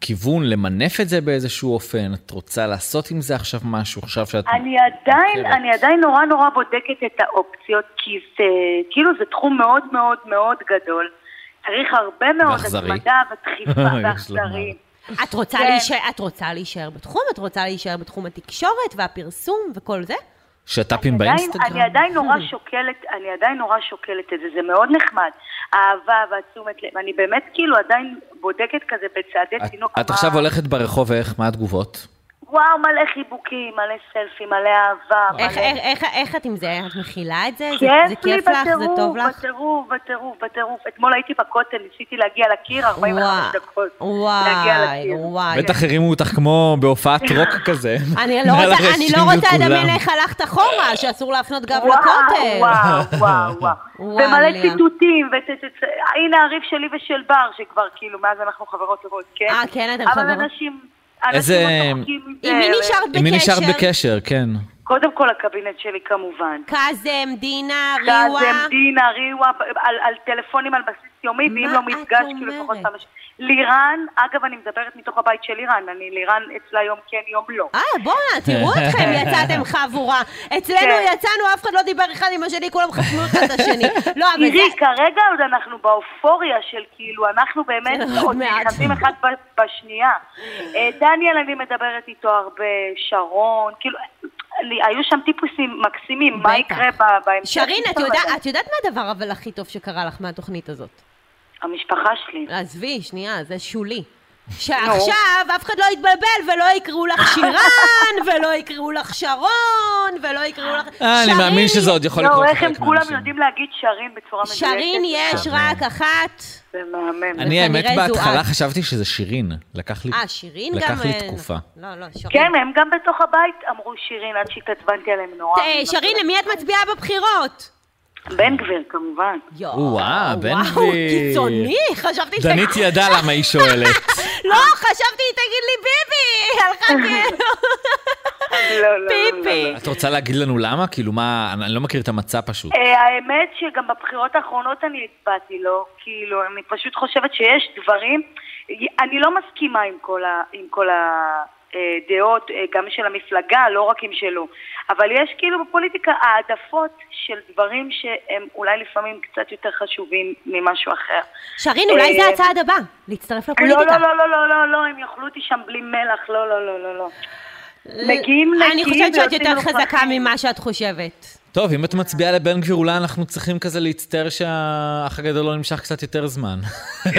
כיוון למנף את זה באיזשהו אופן? את רוצה לעשות עם זה עכשיו משהו, עכשיו שאת...
אני עדיין,
מוכרת?
אני עדיין נורא נורא בודקת את האופציות, כי זה, כאילו זה תחום מאוד מאוד מאוד גדול. צריך הרבה מאוד
ואכזרי.
התמדה
(laughs)
ודחיפה
יש לומר.
ואכזרי.
את רוצה,
כן.
להישאר, את רוצה להישאר בתחום? את רוצה להישאר בתחום התקשורת והפרסום וכל זה?
שת"פים
עדיין-
באינסטגרם?
אני עדיין נורא שוקלת, אני עדיין נורא שוקלת את זה, זה מאוד נחמד. האהבה והתשומת לב, אני באמת כאילו עדיין בודקת כזה בצעדי
את-
תינוק.
את
מה-
עכשיו הולכת ברחוב, ואיך? מה התגובות?
וואו, מלא חיבוקים, מלא סלפי, מלא אהבה.
איך,
מלא-
לא.
איך, איך, איך את עם זה? את מכילה את זה? זה, זה
כיף לי
כיף לך? זה טוב
בטירוף,
לך?
בטירוף, בטירוף, בטירוף. אתמול הייתי בכותל, ניסיתי להגיע לקיר, 45 דקות. להגיע
וואי,
לקיר.
וואי.
בטח הרימו אותך כמו בהופעת רוק כזה.
אה, כן. (laughs) אני לא
מעל
רוצה- אני
הראשים
לא
של
רוצה לדמיין
כולם.
איך הלכת אחורה, שאסור להפנות גב
וואו,
לכותל.
וואו, וואו,
(laughs)
וואו.
וואו,
ומלא
ליה.
ציטוטים, והנה הריב שלי ושל בר, שכבר כאילו, מאז אנחנו חברות טובות, כן?
אה, כן, אתם
אבל
חברות.
אנשים,
איזה-
אנשים לא צוחקים מזה.
עם מי
ו-
נשארת בקשר?
עם מי נשארת בקשר? כן.
קודם כל הקבינט שלי כמובן.
קאזם, דינה, ריווה.
קאזם, דינה, ריווה, על, על טלפונים על בסיס יומי,
מה
ואם לא
את
מפגש, כאילו
אומרת?
לפחות פעם... ש- לירן, אגב, אני מדברת מתוך הבית של לירן, אני לירן אצלה יום כן, יום לא.
אה, בואנה, תראו אתכם, יצאתם חבורה. אצלנו
כן.
יצאנו, אף אחד לא דיבר אחד עם השני, כולם חסמו אחד את השני. לא, אבל
תראי,
זה...
כרגע עוד אנחנו באופוריה של כאילו, אנחנו
(laughs)
באמת
זה עוד
עוד
מעט.
נכנסים אחד ב- בשנייה. אה, דניאל, אני מדברת איתו הרבה, שרון, כאילו, אני- היו שם טיפוסים מקסימים, מה
בטח.
יקרה ב- בהמשך? לא,
שרין, את יודעת- את יודעת מה הדבר אבל הכי טוב שקרה לך מהתוכנית הזאת?
המשפחה שלי.
עזבי, שנייה, זה שולי. שעכשיו אף אחד לא יתבלבל ולא יקראו לך
(laughs)
שירן, ולא יקראו לך שרון, ולא יקראו לך...
אה, אני מאמין
שרין-
שזה עוד יכול לקרות
לא, איך
לחלק
הם כולם
מהאנשים.
יודעים להגיד שרים בצורה מדויקת?
שרין יש רק אחת.
זה מהמם.
אני האמת
וכנראה זו
בהתחלה
את.
חשבתי שזה שירין. לקח לי
אה, שירין גם...
לקח לי
אה,
תקופה.
לא, לא, שרין.
כן, הם גם בתוך הבית אמרו שירין עד שהתעצבנתי עליהם נורא.
אה, שרין, למי את מצביעה בבחירות?
בן גביר, כמובן.
יואו,
וואו, אה, בן
וואו,
גביר.
קיצוני, חשבתי שת-
דנית ידעה למה היא
(laughs)
שואלת.
לא, חשבתי, תגיד לי ביבי! הלכה כאילו,
לא, לא, לא, לא.
ביבי.
את רוצה להגיד לנו למה? כאילו מה, אני אני לא מכיר את המצע פשוט.
אה, האמת שגם בבחירות האחרונות אני הצבעתי לו, כאילו, אני פשוט חושבת שיש דברים, אני לא מסכימה עם כל, ה, עם כל הדעות, אה, גם של המפלגה, לא רק עם שלו, אבל יש כאילו בפוליטיקה העדפות של דברים שהם אולי לפעמים קצת יותר חשובים ממשהו אחר.
שרין, אולי זה
אה,
הצעד הבא, להצטרף
לא,
לפוליטיקה.
לא, לא, לא, לא, לא, לא, הם יאכלו אותי שם בלי מלח, לא, לא, לא, לא, לא. מגיעים
אני
נקיים
חושבת שאת
ויוצאים
יותר חזקה
מוכרחים.
ממה שאת חושבת.
טוב, אם את מצביעה לבן גביר, אולי אנחנו צריכים כזה להצטער שהאח הגדול לא נמשך קצת יותר זמן. (laughs)
אה.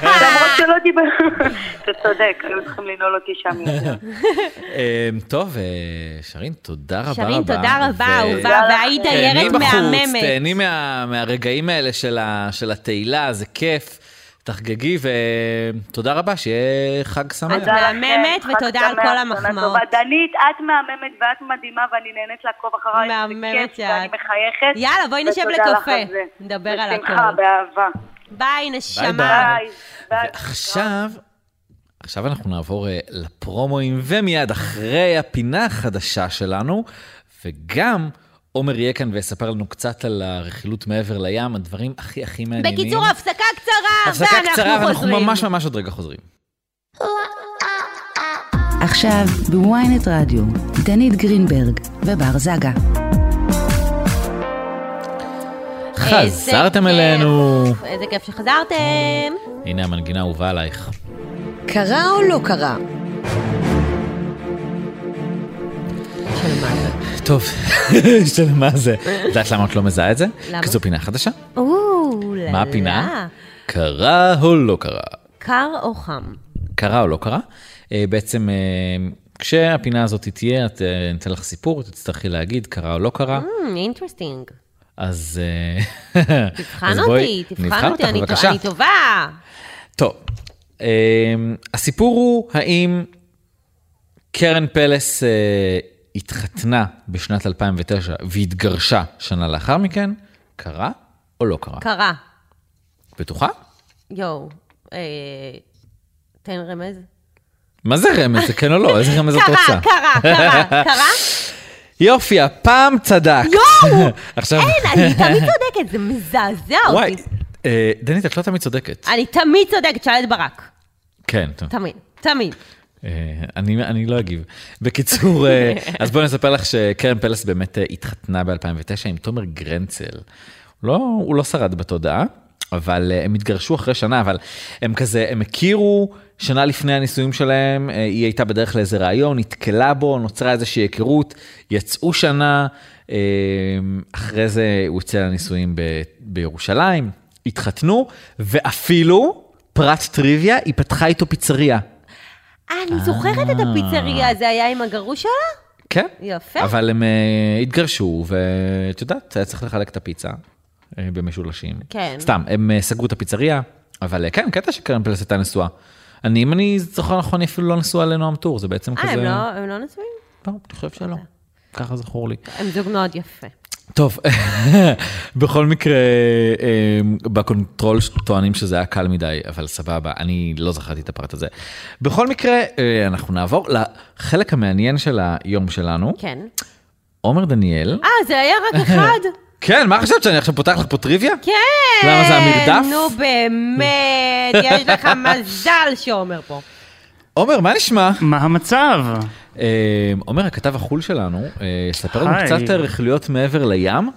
למרות שלא דיבר... (laughs) אתה צודק, היו צריכים לנעול אותי שם יותר.
(laughs)
אה, טוב, אה, שרין, תודה רבה רבה.
שרין, תודה רבה,
ו-
אהובה, והיית
תהני
דיירת
בחוץ, כן.
מהממת.
תהני מה- מהרגעים האלה של ה- של התהילה, זה כיף. תחגגי, ותודה רבה, שיהיה חג שמח.
את מהממת,
חג
ותודה על
שמח,
כל
שנה
המחמאות.
טובה. דנית, את מהממת ואת מדהימה, ואני נהנית לעקוב אחרייך. זה
מהממת
כיף,
שאת.
ואני מחייכת.
יאללה, בואי נשב
ותודה לך
לקפה.
על זה.
נדבר על
בשמחה,
הכל.
באהבה.
ביי, נשמה.
ביי.
ביי. ביי.
עכשיו, עכשיו אנחנו נעבור אה, לפרומואים, ומיד אחרי הפינה החדשה שלנו, וגם עומר יהיה כאן ויספר לנו קצת על הרכילות מעבר לים, הדברים הכי הכי מעניינים.
בקיצור, הפסקה קצרה,
הפסקה קצרה,
ואנחנו
ואנחנו
חוזרים.
ממש ממש עוד רגע חוזרים.
עכשיו בוויינט רדיו, דנית גרינברג ובר זגה.
איזה
חזרתם
כיף.
אלינו.
איזה כיף שחזרתם.
הנה המנגינה האהובה עלייך.
קרה או לא קרה?
טוב, (laughs) של מה זה? את יודעת למה את לא מזהה את זה?
למה?
כי זו פינה חדשה.
או, לה,
מה
לה.
הפינה? קרה או לא קרה?
קר או חם?
קרה או לא קרה. אה, בעצם אה, כשהפינה הזאת תהיה, את, אה, ניתן לך סיפור, תצטרכי להגיד קרה או לא קרה.
Hmm, אינטרסטינג.
אז... אה, (laughs)
תבחן
אז בואי-
אותי, תבחן
נבחן
אותי,
אותך,
אני טוב-
בבקשה.
אני טובה.
טוב, אה, הסיפור הוא האם קרן פלס אה, התחתנה בשנת 2009 והתגרשה שנה לאחר מכן, קרה או לא קרה?
קרה.
בטוחה?
יואו. אה, תן רמז.
מה זה רמז? זה כן או לא? איזה רמז את
קרה,
רוצה?
קרה,
(laughs)
קרה, קרה.
יופי, הפעם צדקת.
יואו!
(laughs) עכשיו...
אין, אני תמיד צודקת, זה מזעזע
וואי,
אותי.
אה, דנית, את לא תמיד צודקת.
אני תמיד צודקת, שאל את ברק.
כן, טוב.
תמיד, תמיד.
אה, אני, אני לא אגיב. בקיצור, אה, אז בואי נספר לך שקרן פלס באמת אה, התחתנה ב-2009 עם תומר גרנצל. לא, הוא לא שרד בתודעה, אבל אה, הם התגרשו אחרי שנה, אבל הם כזה, הם הכירו שנה לפני הנישואים שלהם, אה, היא הייתה בדרך לאיזה ראיון, נתקלה בו, נוצרה איזושהי היכרות, יצאו שנה, אה, אחרי זה הוא יוצא לנישואים ב- בירושלים, התחתנו, ואפילו, פרט טריוויה, היא פתחה איתו פיצריה.
אה, אני זוכרת את הפיצריה, זה היה עם הגרוש שלה?
כן.
יפה.
אבל הם אה, התגרשו, ואת יודעת, היה צריך לחלק את הפיצה אה, במשולשים.
כן.
סתם, הם אה, סגרו את הפיצריה, אבל אה, כן, קטע שקרן פלס הייתה נשואה. אני, אם אני זוכר נכון, היא אפילו לא נשואה לנועם טור, זה בעצם כזה...
אה, הם לא- אוקיי. הם לא נשואים?
לא, אני חושב שלא. ככה זכור לי.
הם זוג מאוד יפה.
טוב, (laughs) בכל מקרה, אה, בקונטרול טוענים שזה היה קל מדי, אבל סבבה, אני לא זכרתי את הפרט הזה. בכל מקרה, אה, אנחנו נעבור לחלק המעניין של היום שלנו.
כן.
עומר דניאל.
אה, זה היה
(laughs)
רק אחד?
כן, מה חשבת שאני עכשיו פותח לך פה טריוויה?
כן!
למה, זה המרדף?
נו באמת, יש לך מזל שעומר פה.
עומר, מה נשמע?
מה המצב?
אה, עומר, הכתב החול שלנו, אה, יספר לנו
היי.
קצת רכילויות מעבר לים.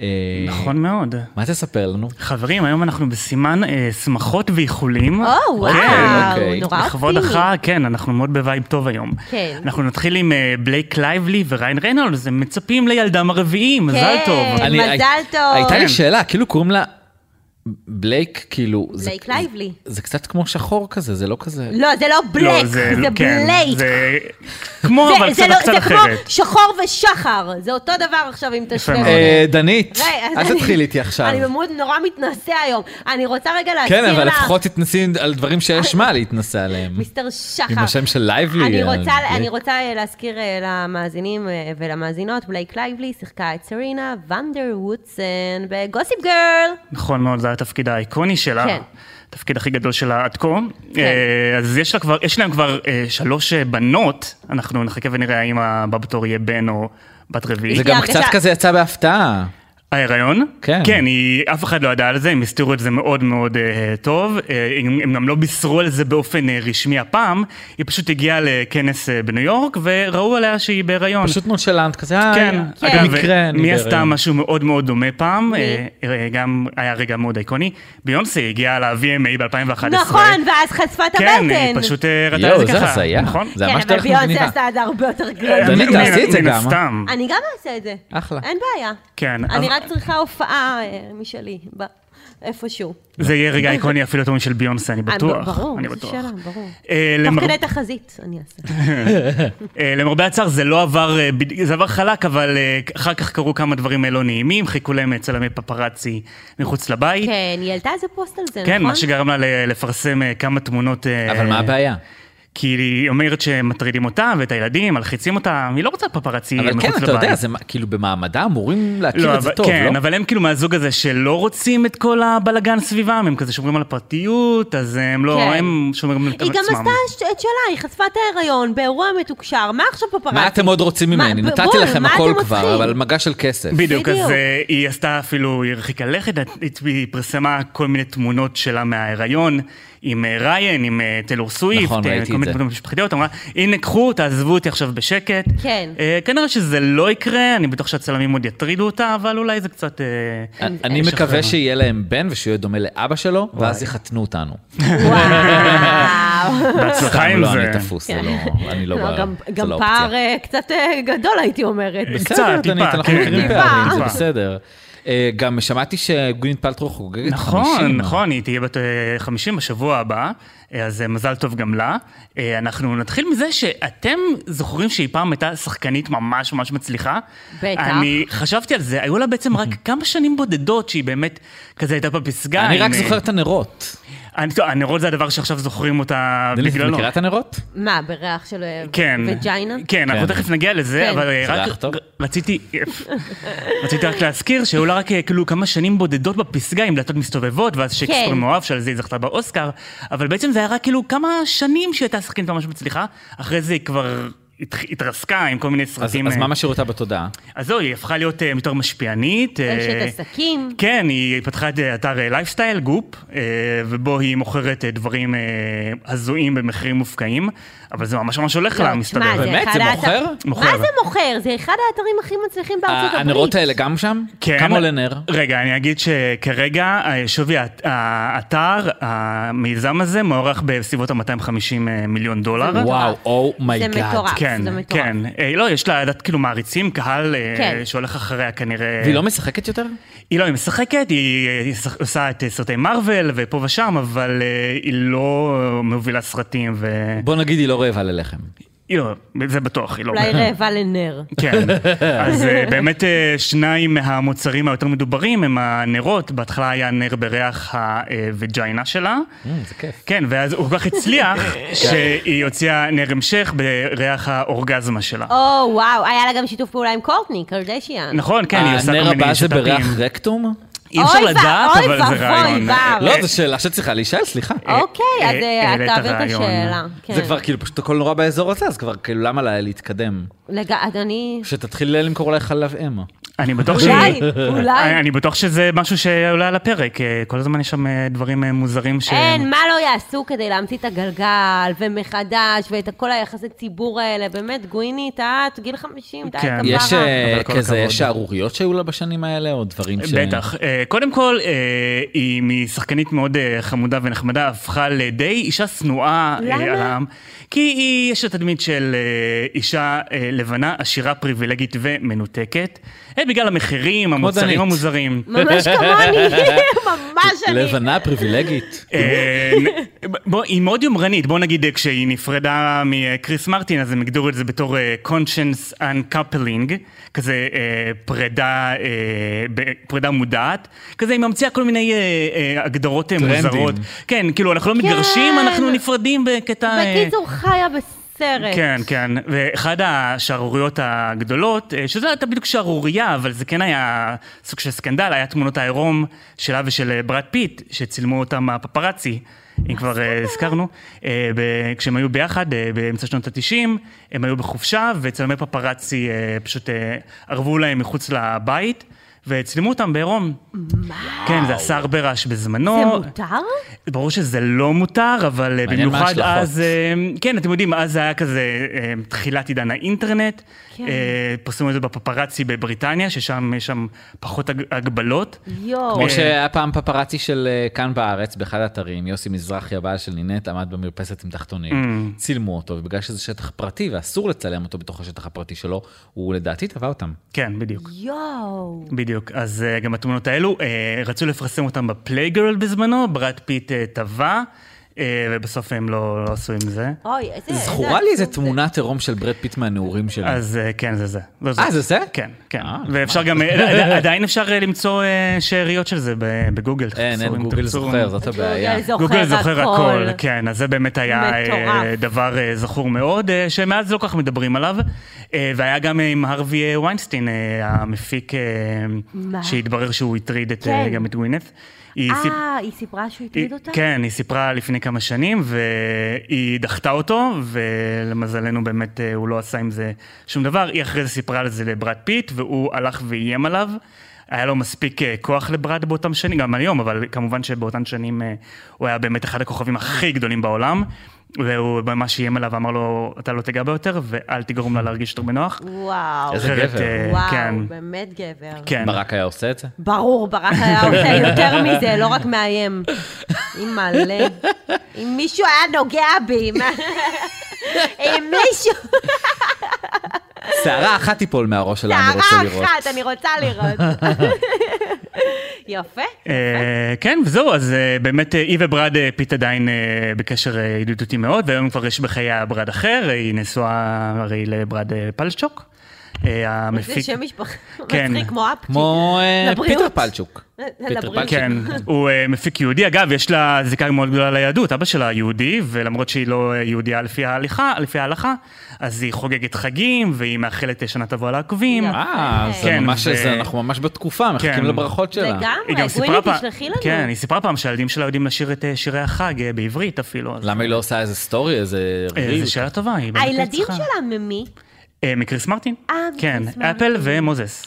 אה,
נכון מאוד.
מה תספר לנו?
חברים, היום אנחנו בסימן אה, שמחות ואיחולים. כן,
או, Oh, וואו,
אוקיי.
נורא
לכבוד
אופטימי.
החג, כן, אנחנו מאוד בווייב טוב היום.
כן.
אנחנו נתחיל עם אה, בלייק לייבלי וריין ריינולדס, הם מצפים לילדם הרביעי, מזל
כן.
טוב.
מזל
הי-
טוב.
הייתה לי
כן.
שאלה, כאילו קוראים לה בלייק, כאילו... זה-
בלייק לייבלי.
זה קצת כמו שחור כזה, זה לא כזה...
לא, זה לא בלק, זה
כן,
בלייק.
זה כמו, אבל קצת
לא-
קצת
זה כמו
אחרת.
שחור ושחר, זה אותו דבר עכשיו אם תשווה.
מאוד.
את זה.
אה, דנית,
רגע, אז
אל
אוקיי. לא, אני-
תתחילי איתי עכשיו.
אני במוד נורא מתנשא היום. אני רוצה רגע להסיר
כן,
לה...
אבל לפחות תתנסי על דברים שיש מה להתנסה עליהם.
מיסטר שחר.
עם השם של לייבלי,
אני
אה,
רוצה,
בלייק.
אני רוצה אה, להזכיר אה, למאזינים אה, ולמאזינות, בלייק לייבלי שיחקה את סרינה ונדר וודסן בגוסיפ גרל.
נכון מאוד, זה התפקיד האיקוני שלה.
כן.
התפקיד הכי גדול שלה עד כה. אה, אז יש, לה כבר, יש להם כבר אה, שלוש אה, בנות, אנחנו נחכה ונראה האם הבא בתור יהיה בן או בת
זה
רביעית.
לי
גם
הרגשה-
קצת כזה יצא בהפתעה.
ההיריון?
כן.
כן, היא, אף אחד לא ידע על זה, הם הסתירו את זה מאוד מאוד אה, טוב. אה, הם, הם גם לא בישרו על זה באופן אה, רשמי הפעם, היא פשוט הגיעה לכנס אה, בניו יורק, וראו עליה שהיא בהיריון.
פשוט נונשלנט כזה, אה,
כן,
אה,
כן.
אגב,
במקרה, אני
מי
בהיריון.
עשתה משהו מאוד מאוד דומה פעם,
מי?
אה, אה, גם היה רגע מאוד איקוני, ביונסה הגיעה ל-VMA ב-2011.
נכון, ואז חטפה את הבטן.
כן, היא פשוט אה, ראתה את
יואו,
זה ככה.
זה הזיה.
נכון?
זה
כן,
ממש
אבל
דרך מגניבה.
ביונסה עשתה את זה הרבה יותר
אה,
גדול.
דנית,
מן-
תעשי את זה
מן
גם, אה?
הסתם.
אני גם אעשה את זה.
אחלה.
אין בעיה.
כן,
אני
אבל-
רק צריכה הופעה אה, משלי, ב- איפשהו.
זה יהיה רגע איקוני אפילו יותר משל ביונסה, אני
אה,
בטוח.
ברור,
אני
זו
בטוח.
שאלה, ברור.
אה, למר-
תוך כדי תחזית אני אעשה.
אה, למרבה הצער זה לא עבר, אה, בד- זה עבר חלק, אבל אה, אחר כך קרו כמה דברים אה, לא נעימים, חיכו להם אה, צלמי פפרצי מחוץ לבית.
כן, היא העלתה איזה פוסט על זה, נכון?
כן, מה שגרם לה ל- לפרסם אה, כמה תמונות. אה,
אבל מה הבעיה?
כי היא אומרת שמטרידים אותה ואת הילדים, מלחיצים אותה, היא לא רוצה פפרצי מחוץ
אבל
לבית.
כן, אתה יודע, זה מה- כאילו במעמדה אמורים
לא,
להכיר את זה
אבל-
טוב,
כן,
לא?
אבל הם כאילו מהזוג הזה שלא רוצים את כל הבלגן סביבם, הם כזה שומרים על הפרטיות, אז הם לא,
כן.
הם שומרים על עצמם.
היא גם עשתה ש- את שלה, היא חשפה את ההיריון באירוע מתוקשר, מה עכשיו פפרצי?
מה אתם עוד רוצים
מה-
ממני?
ב-
נתתי
בול,
לכם
מה
הכל
אתם
כבר,
רוצים?
אבל מגע של כסף.
בדיוק.
בדיוק, אז אה, היא עשתה אפילו, היא הרחיקה לכת, היא- היא פרסמה כל מיני תמונות שלה מההיריון, עם אה, ריין, עם אה, טיילור סוויפט,
נכון,
אה,
ראיתי את
כל מיני
זה.
תמונות משפחתיות, אמרה, הנה קחו, תעזבו אותי עכשיו בשקט.
כן.
אה, כנראה שזה לא יקרה, אני בטוח שהצלמים עוד יטרידו אותה, אבל אולי זה קצת... אה,
כן.
אני
ישחרר.
מקווה שיהיה להם בן ושהוא יהיה דומה לאבא שלו, ואז יחתנו אותנו.
וואו.
בהצלחה
סתם,
עם
לא,
זה.
אני תפוס, זה לא- אני (laughs) לא...
לא,
ב-
גם-
זה
גם
לא אופציה.
פער אה, קצת אה, גדול הייתי אומרת.
בסדר,
קצת, טיפה,
דנית, אנחנו
כן,
מכירים
טיפה.
פערים, זה
טיפה.
בסדר. אה, גם שמעתי שגווין פלטרו חוגגת 50.
נכון, נכון, היא תהיה בת אה, 50 בשבוע הבא, אה, אז אה, מזל טוב גם לה. אה, אנחנו נתחיל מזה שאתם זוכרים שהיא פעם הייתה שחקנית ממש ממש מצליחה.
בטח.
אני חשבתי על זה, היו לה
(laughs)
בעצם רק כמה שנים בודדות שהיא באמת כזה הייתה בפסגה.
אני
עם,
רק
אה,
זוכר את הנרות.
אני- טוב, הנרות זה הדבר שעכשיו זוכרים אותה
דנית, את
בגללו.
מכירה את הנרות?
מה, בריח של אה,
כן.
וג'יינה?
כן, אנחנו
כן.
תכף נגיע לזה,
כן.
אבל אה,
זה ריח
רק
טוב.
רציתי רציתי רק להזכיר שהיו לה רק אה, כאילו כמה שנים בודדות בפסגה עם דלתות מסתובבות, ואז שייקספיר
כן.
מאוהב שעל זה היא זכתה באוסקר, אבל בעצם זה היה רק כאילו כמה שנים שהיא הייתה שחקנית ממש מצליחה, אחרי זה היא כבר... התח- התרסקה עם כל מיני
אז
סרטים.
אז
אה,
מה משאיר אותה בתודעה?
אז זהו, היא הפכה להיות אה, יותר משפיענית. אה,
אשת עסקים.
כן, היא פתחה את אה, אתר לייפסטייל, גופ, אה, ובו היא מוכרת אה, דברים אה, הזויים במחירים מופקעים, אבל זה ממש ממש הולך לה,
לא,
מסתבר.
תשמע,
באמת?
אחד
זה
האתר-
מוכר?
מוכר.
מה זה מוכר? זה אחד האתרים הכי מצליחים בארצות הברית.
אה, הנרות האלה גם שם?
כן.
כמה עולה נר?
רגע, אני אגיד שכרגע אה, שווי האת- האתר, המיזם הזה, מוערך בסביבות ה-250 מיליון דולר.
מטורף.
וואו, oh אומייגאד.
זה מטורף.
כן,
זה מטורף.
כן. אה, לא, יש לה עדת כאילו מעריצים, קהל אה,
כן.
שהולך אחריה כנראה.
והיא לא משחקת יותר?
היא לא, היא משחקת, היא היא שח- עושה את אה, סרטי מארוול ופה ושם, אבל אה, היא לא מובילה סרטים ו...
בוא נגיד היא לא רעבה ללחם.
היא לא, זה בטוח, היא לא...
(laughs)
אולי רעבה לנר.
כן, אז אה, באמת אה, שניים מהמוצרים היותר מדוברים הם הנרות, בהתחלה היה נר בריח הווג'יינה שלה.
זה כיף.
כן, ואז הוא כל כך הצליח, שהיא הוציאה נר המשך בריח האורגזמה שלה.
או, וואו, היה לה גם שיתוף פעולה עם קורטני, קרדשיאן.
נכון, כן, היא עושה כל
הנר
מיני
הבא זה
שת"פים.
בריח רקטום?
אי אפשר
אוי ו-
לדעת,
אוי
אבל זה
ואבוי,
רעיון.
וואו.
לא, זו שאלה שצריכה להישאל, סליחה.
אוקיי, אז
אה,
אה,
העלית
אתה עביר את
רעיון.
השאלה.
זה
כן.
כבר כאילו פשוט הכל נורא באזור הזה, אז כבר כאילו למה לה להתקדם?
לג... אדוני...
שתתחיל למכור עליך חלב אם.
אני בטוח ש...
אולי, אולי.
אני בטוח שזה משהו שעולה על הפרק, אה, כל הזמן יש שם אה, דברים אה, מוזרים ש...
אין, מה לא יעשו כדי להמציא את הגלגל, ומחדש, ואת כל היחסי ציבור האלה. באמת, גווינית, את, גיל 50, די,
כן.
כפרה.
יש אה,
אבל כל
כזה,
הכבוד.
יש שערוריות שהיו לה בשנים האלה, או דברים ש...
בטח. אה, קודם כל, אה, היא משחקנית מאוד אה, חמודה ונחמדה, הפכה לדי אישה שנואה אה,
למה?
על העם. כי היא, יש לה תדמית של אה, אישה אה, לבנה, עשירה, פריבילגית ומנותקת. אה, אה, בגלל המחירים,
דנית.
המוצרים המוזרים.
ממש כמוני,
(laughs)
(laughs) ממש אני.
לבנה פריבילגית.
אה, נ- בוא, היא מאוד יומרנית, בוא נגיד אה, כשהיא נפרדה מקריס מרטין, אז הם הגדירו את זה בתור אה, conscience uncoupling, כזה אה, פרידה, אה, ב- פרידה מודעת, כזה היא ממציאה כל מיני אה, אה, הגדרות אה,
טרנדים.
מוזרות. כן, כאילו אנחנו לא מתגרשים, אנחנו נפרדים בקטע... אה,
בקיצור, חיה בסרט.
כן, כן, ואחד השערוריות הגדולות, אה, שזה לא הייתה בדיוק שערורייה, אבל זה כן היה סוג של סקנדל, היה תמונות העירום שלה ושל אה, ברד פיט, שצילמו אותם הפפראצי, אם כבר אה, הזכרנו, אה, ב- כשהם היו ביחד אה, באמצע שנות ה-90, הם היו בחופשה, וצלמי פפראצי אה, פשוט אה, ערבו להם מחוץ לבית. וצילמו אותם בעירום. מה? כן, זה עשה הרבה רעש בזמנו.
זה מותר?
ברור שזה לא מותר, אבל אה,
מעניין מה
במיוחד
ההשלכות.
אז, אה, כן, אתם יודעים, אז זה היה כזה אה, תחילת עידן האינטרנט,
כן.
אה, פרסמו את זה בפפרצי בבריטניה, ששם יש שם פחות הג- הגבלות.
יואו.
כמו שהיה פעם פפרצי של אה, כאן בארץ, באחד האתרים, יוסי מזרחי, הבעל של נינט, עמד במרפסת עם
Mm.
תחתונים, צילמו אותו, ובגלל שזה שטח פרטי ואסור לצלם אותו בתוך השטח הפרטי שלו, הוא לדעתי תבע אותם.
כן, בדיוק.
יואו.
בדיוק, אז אה, גם התמונות האלו, אה, רצו לפרסם אותן בפלייגרל בזמנו, ברד פיט אה, טבע, אה, ובסוף הם לא לא עשו עם זה.
אוי, איזה...
זכורה לי איזה
עצוב אה, זה.
תמונת עירום של ברד פיט מהנעורים שלו.
אז אה, כן, זה זה. לא
אה, זה זה?
כן, כן.
אה,
ואפשר
(laughs)
גם, אה, עדיין אפשר אה, למצוא אה, שאריות של זה ב- בגוגל.
אין,
תחפשו,
אין,
אם
גוגל
תרצו.
זוכר, זאת הבעיה.
גוגל זוכר
גוגל זוכר הכל,
הכל.
כן, אז זה באמת היה
מטורף.
אה, דבר אה, זכור מאוד, אה, שמאז לא כל כך מדברים עליו, אה, והיה גם עם הרווי אה, ויינסטין, אה, המפיק, אה,
מה?
שהתברר שהוא הטריד את, אה,
כן.
גם את גווינף. היא סיפ-
אה, היא סיפרה שהוא הטריד
היא-
אותה?
כן, היא סיפרה לפני כמה שנים, והיא דחתה אותו, ולמזלנו באמת אה, הוא לא עשה עם זה שום דבר. היא אחרי זה סיפרה על זה לברד פיט, והוא הלך ואיים עליו. היה לו מספיק אה, כוח לברד באותם שנים, גם היום, אבל כמובן שבאותן שנים אה, הוא היה באמת אחד הכוכבים הכי גדולים בעולם. והוא ממש איים עליו ואמר לו, אתה לא תיגע בה יותר, ואל תגרום לה להרגיש יותר בנוח.
וואו.
איזה
אחרת,
גבר.
אה, כן,
וואו, באמת גבר.
כן.
ברק היה עושה את זה?
ברור, ברק היה עושה יותר מזה, לא רק מאיים. עם מלא. אם מישהו היה נוגע בי, מה- אם מישהו...
שערה אחת תיפול מהראש שלה, אני רוצה
שערה
לראות.
אחת, אני רוצה לראות. יפה.
אה, כן, וזהו, אז אה, באמת אה, היא וברד אה, פיט עדיין אה, בקשר אה, ידידותי מאוד, והיום כבר יש בחייה ברד אחר, אה, היא נשואה הרי לברד אה, פלצ'וק. אה, המפיק...
זה שם משפחה
כן.
מצחיק כמו אפצ'י.
כמו אה,
לבריאות.
פיטר פלצ'וק. פיטר
לבריאות.
פלצ'וק.
כן, הוא אה, מפיק יהודי, אגב, יש לה זיקה מאוד גדולה ליהדות, אבא שלה יהודי, ולמרות שהיא לא אה, יהודייה לפי ההליכה, לפי ההלכה, אז היא חוגגת חגים, והיא מאחלת אה, שנה תבוא לעקבים.
יפה.
אה, זה
כן,
ממש,
ו-
זה- אנחנו ממש בתקופה, מחכים
כן.
לברכות שלה.
היא
לגמרי,
גם
גוויני
סיפרה פעם,
תשלחי לנו.
כן, היא סיפרה פעם שהילדים שלה יודעים לשיר את אה, שירי החג, אה, בעברית אפילו. אז-
למה היא לא עושה איזה סטורי, איזה
אה,
ריל?
זו שאלה טובה, היא באמת
הילדים
צריכה.
שלה ממי?
אה, מקריס מרטין?
אה, מקריס
כן,
מרטין.
אפל ומוזס.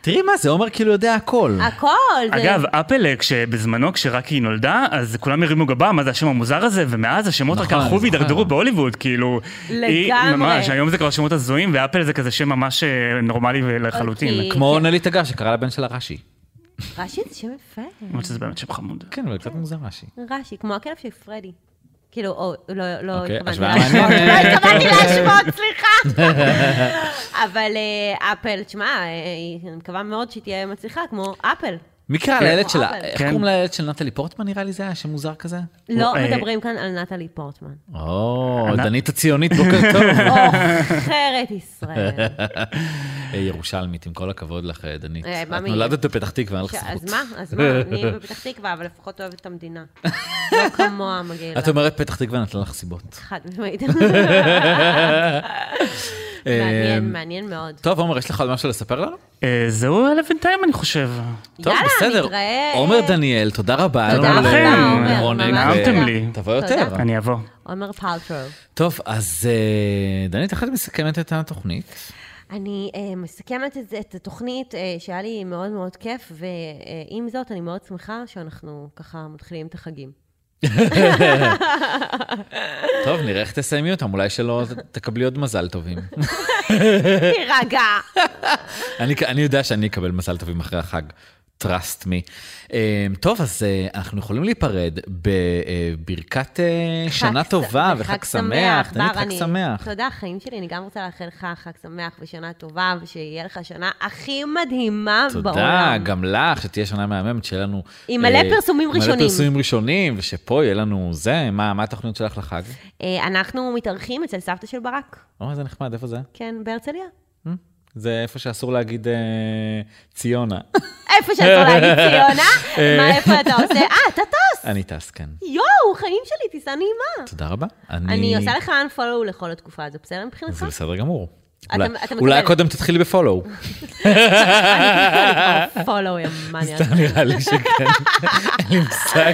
תראי מה זה, עומר כאילו יודע הכל.
הכל. זה-
אגב, אפל, אה, כשבזמנו, כשרק היא נולדה, אז כולם הרימו גבה, מה זה השם המוזר הזה, ומאז השמות רק
נכון,
הלכו
אני
והידרדרו
זוכר.
בהוליווד, כאילו... היא-
לגמרי.
ממש, היום זה כבר שמות הזויים, ואפל זה כזה שם ממש אה, נורמלי
אוקיי.
לחלוטין.
כמו נלי תגר שקרא לבן שלה רש"י.
רש"י זה שם יפה.
למרות שזה באמת שם חמוד.
כן, אבל קצת מוזר רש"י.
רש"י, כמו הכלב של פרדי. כאילו, או, לא לא
אוקיי,
התכוונתי
השוואה
להשוות. לא
מעניינת. (laughs)
התכוונתי להשוות, סליחה. אבל אה, אפל, תשמע, אה, היא- אני מקווה מאוד שהיא תהיה מצליחה, כמו אפל.
מי קרא לילד
כמו
שלה?
אבל.
איך
כן.
קוראים לילד של נטלי פורטמן נראה לי זה היה שם מוזר כזה?
לא
אה,
מדברים כאן על נטלי פורטמן.
או,
ענת-
דנית הציונית, בוקר (laughs) טוב.
עוכרת ישראל.
אה, ירושלמית, עם כל הכבוד לך, אה, דנית.
אה,
את
מה מי-
נולדת בפתח תקווה, אין לך
ש-
זכות.
אז מה? אז מה? אני בפתח תקווה, אבל לפחות אוהבת את המדינה. לא כמוה מגעילה.
את אומרת פתח תקווה נתנה לך
(laughs)
סיבות.
חד משמעית.
אה,
מעניין, מעניין מאוד.
טוב, עומר, יש לך עוד משהו לספר לנו?
אה, זהו אלה בינתיים, אני חושב.
טוב,
יאללה,
בסדר.
נתראה.
עומר דניאל, תודה רבה.
תודה
לנו
רבה,
על, אה,
עומר,
רונן,
ממש
ו-
נעמתם לי.
תבוא יותר.
תודה.
אני אבוא.
עומר פלטרו.
טוב, אז אה, דנית, איך את מסכמת את התוכנית?
אני אה, מסכמת את, זה- את התוכנית אה, שהיה לי מאוד מאוד כיף, ועם זאת, אני מאוד שמחה שאנחנו ככה מתחילים
(laughs)
את החגים.
טוב, נראה איך תסיימי אותם, אולי שלא ת- תקבלי עוד מזל (laughs) טובים.
תירגע.
אני, אני יודע שאני אקבל מזל טובים אחרי החג. trust me. אה, טוב, אז אה, אנחנו יכולים להיפרד בברכת אה, שנה
ס-
טובה
וחג
וחג שמח. דנית,
בר,
חג
אני-
שמח.
תודה, חיים שלי, אני גם רוצה לאחל לך חג שמח ושנה טובה, ושיהיה לך שנה הכי מדהימה בעולם.
תודה, גם לך, שתהיה שנה מהממת, שיהיה לנו...
עם מלא
אה,
פרסומים
מלא
ראשונים.
פרסומים ראשונים, ושפה יהיה לנו זה. מה מה התוכניות שלך לחג?
אה, אנחנו מתארחים אצל סבתא של ברק,
או, זה נחמד, איפה זה?
כן, בהרצליה.
זה איפה שאסור להגיד אה, ציונה.
איפה שאסור
(laughs)
להגיד ציונה, מה, איפה אתה עושה? אה, אתה טס!
אני טס, כן.
יואו, חיים שלי, טיסה נעימה.
תודה רבה.
אה. אני עושה לך unfollow לכל התקופה הזו, בסדר מבחינתך?
זה בסדר גמור.
אתה-
אולי-
אתה מקבל.
אולי קודם תתחילי בפולו.
אני follow, יא (laughs) מניאק.
סתם נראה לי שכן, אין לי מושג.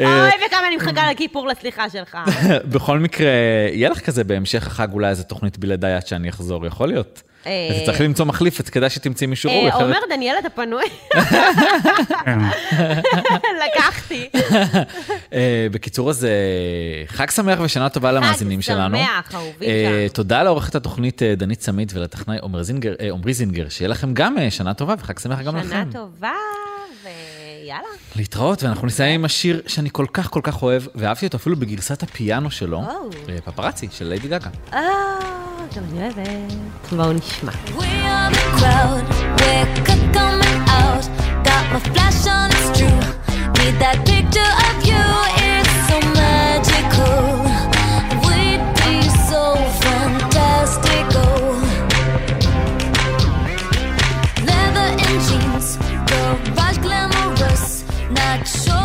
אה,
אוי, וכמה אני מחכה לכיפור לסליחה
(laughs)
שלך.
(laughs) בכל מקרה, יהיה לך כזה בהמשך החג אולי איזה תוכנית בלעדיי עד שאני אחזור, יכול להיות.
אה,
אז צריך למצוא מחליף, אז כדאי שתמצאי מישהו ראוי.
אה,
אחרת-
אומר דניאל, אתה פנוי? (laughs)
אה.
(laughs)
לקחתי.
אה, בקיצור, אז אה, חג שמח ושנה טובה למאזינים שלנו.
שמח, אהובים
אה,
שלנו.
תודה לעורכת התוכנית אה, דנית סמית ולטכנאי עומר זינגר- אה, עמרי זינגר, שיהיה לכם גם אה, שנה טובה וחג שמח גם לכם.
שנה טובה, ויאללה.
להתראות, ואנחנו נסיים עם השיר שאני כל כך כל כך אוהב, ואהבתי אותו אפילו בגרסת הפיאנו שלו,
וואו.
אה, פפרצי של ליידי גגה.
אה, גם אני אוהבת. בואו נשמע.
We are the crowd, we're good coming out. Got my flash on, it's true. Need that picture of you, it's so magical. We'd be so fantastical. Leather and jeans, garage glamorous, not sure.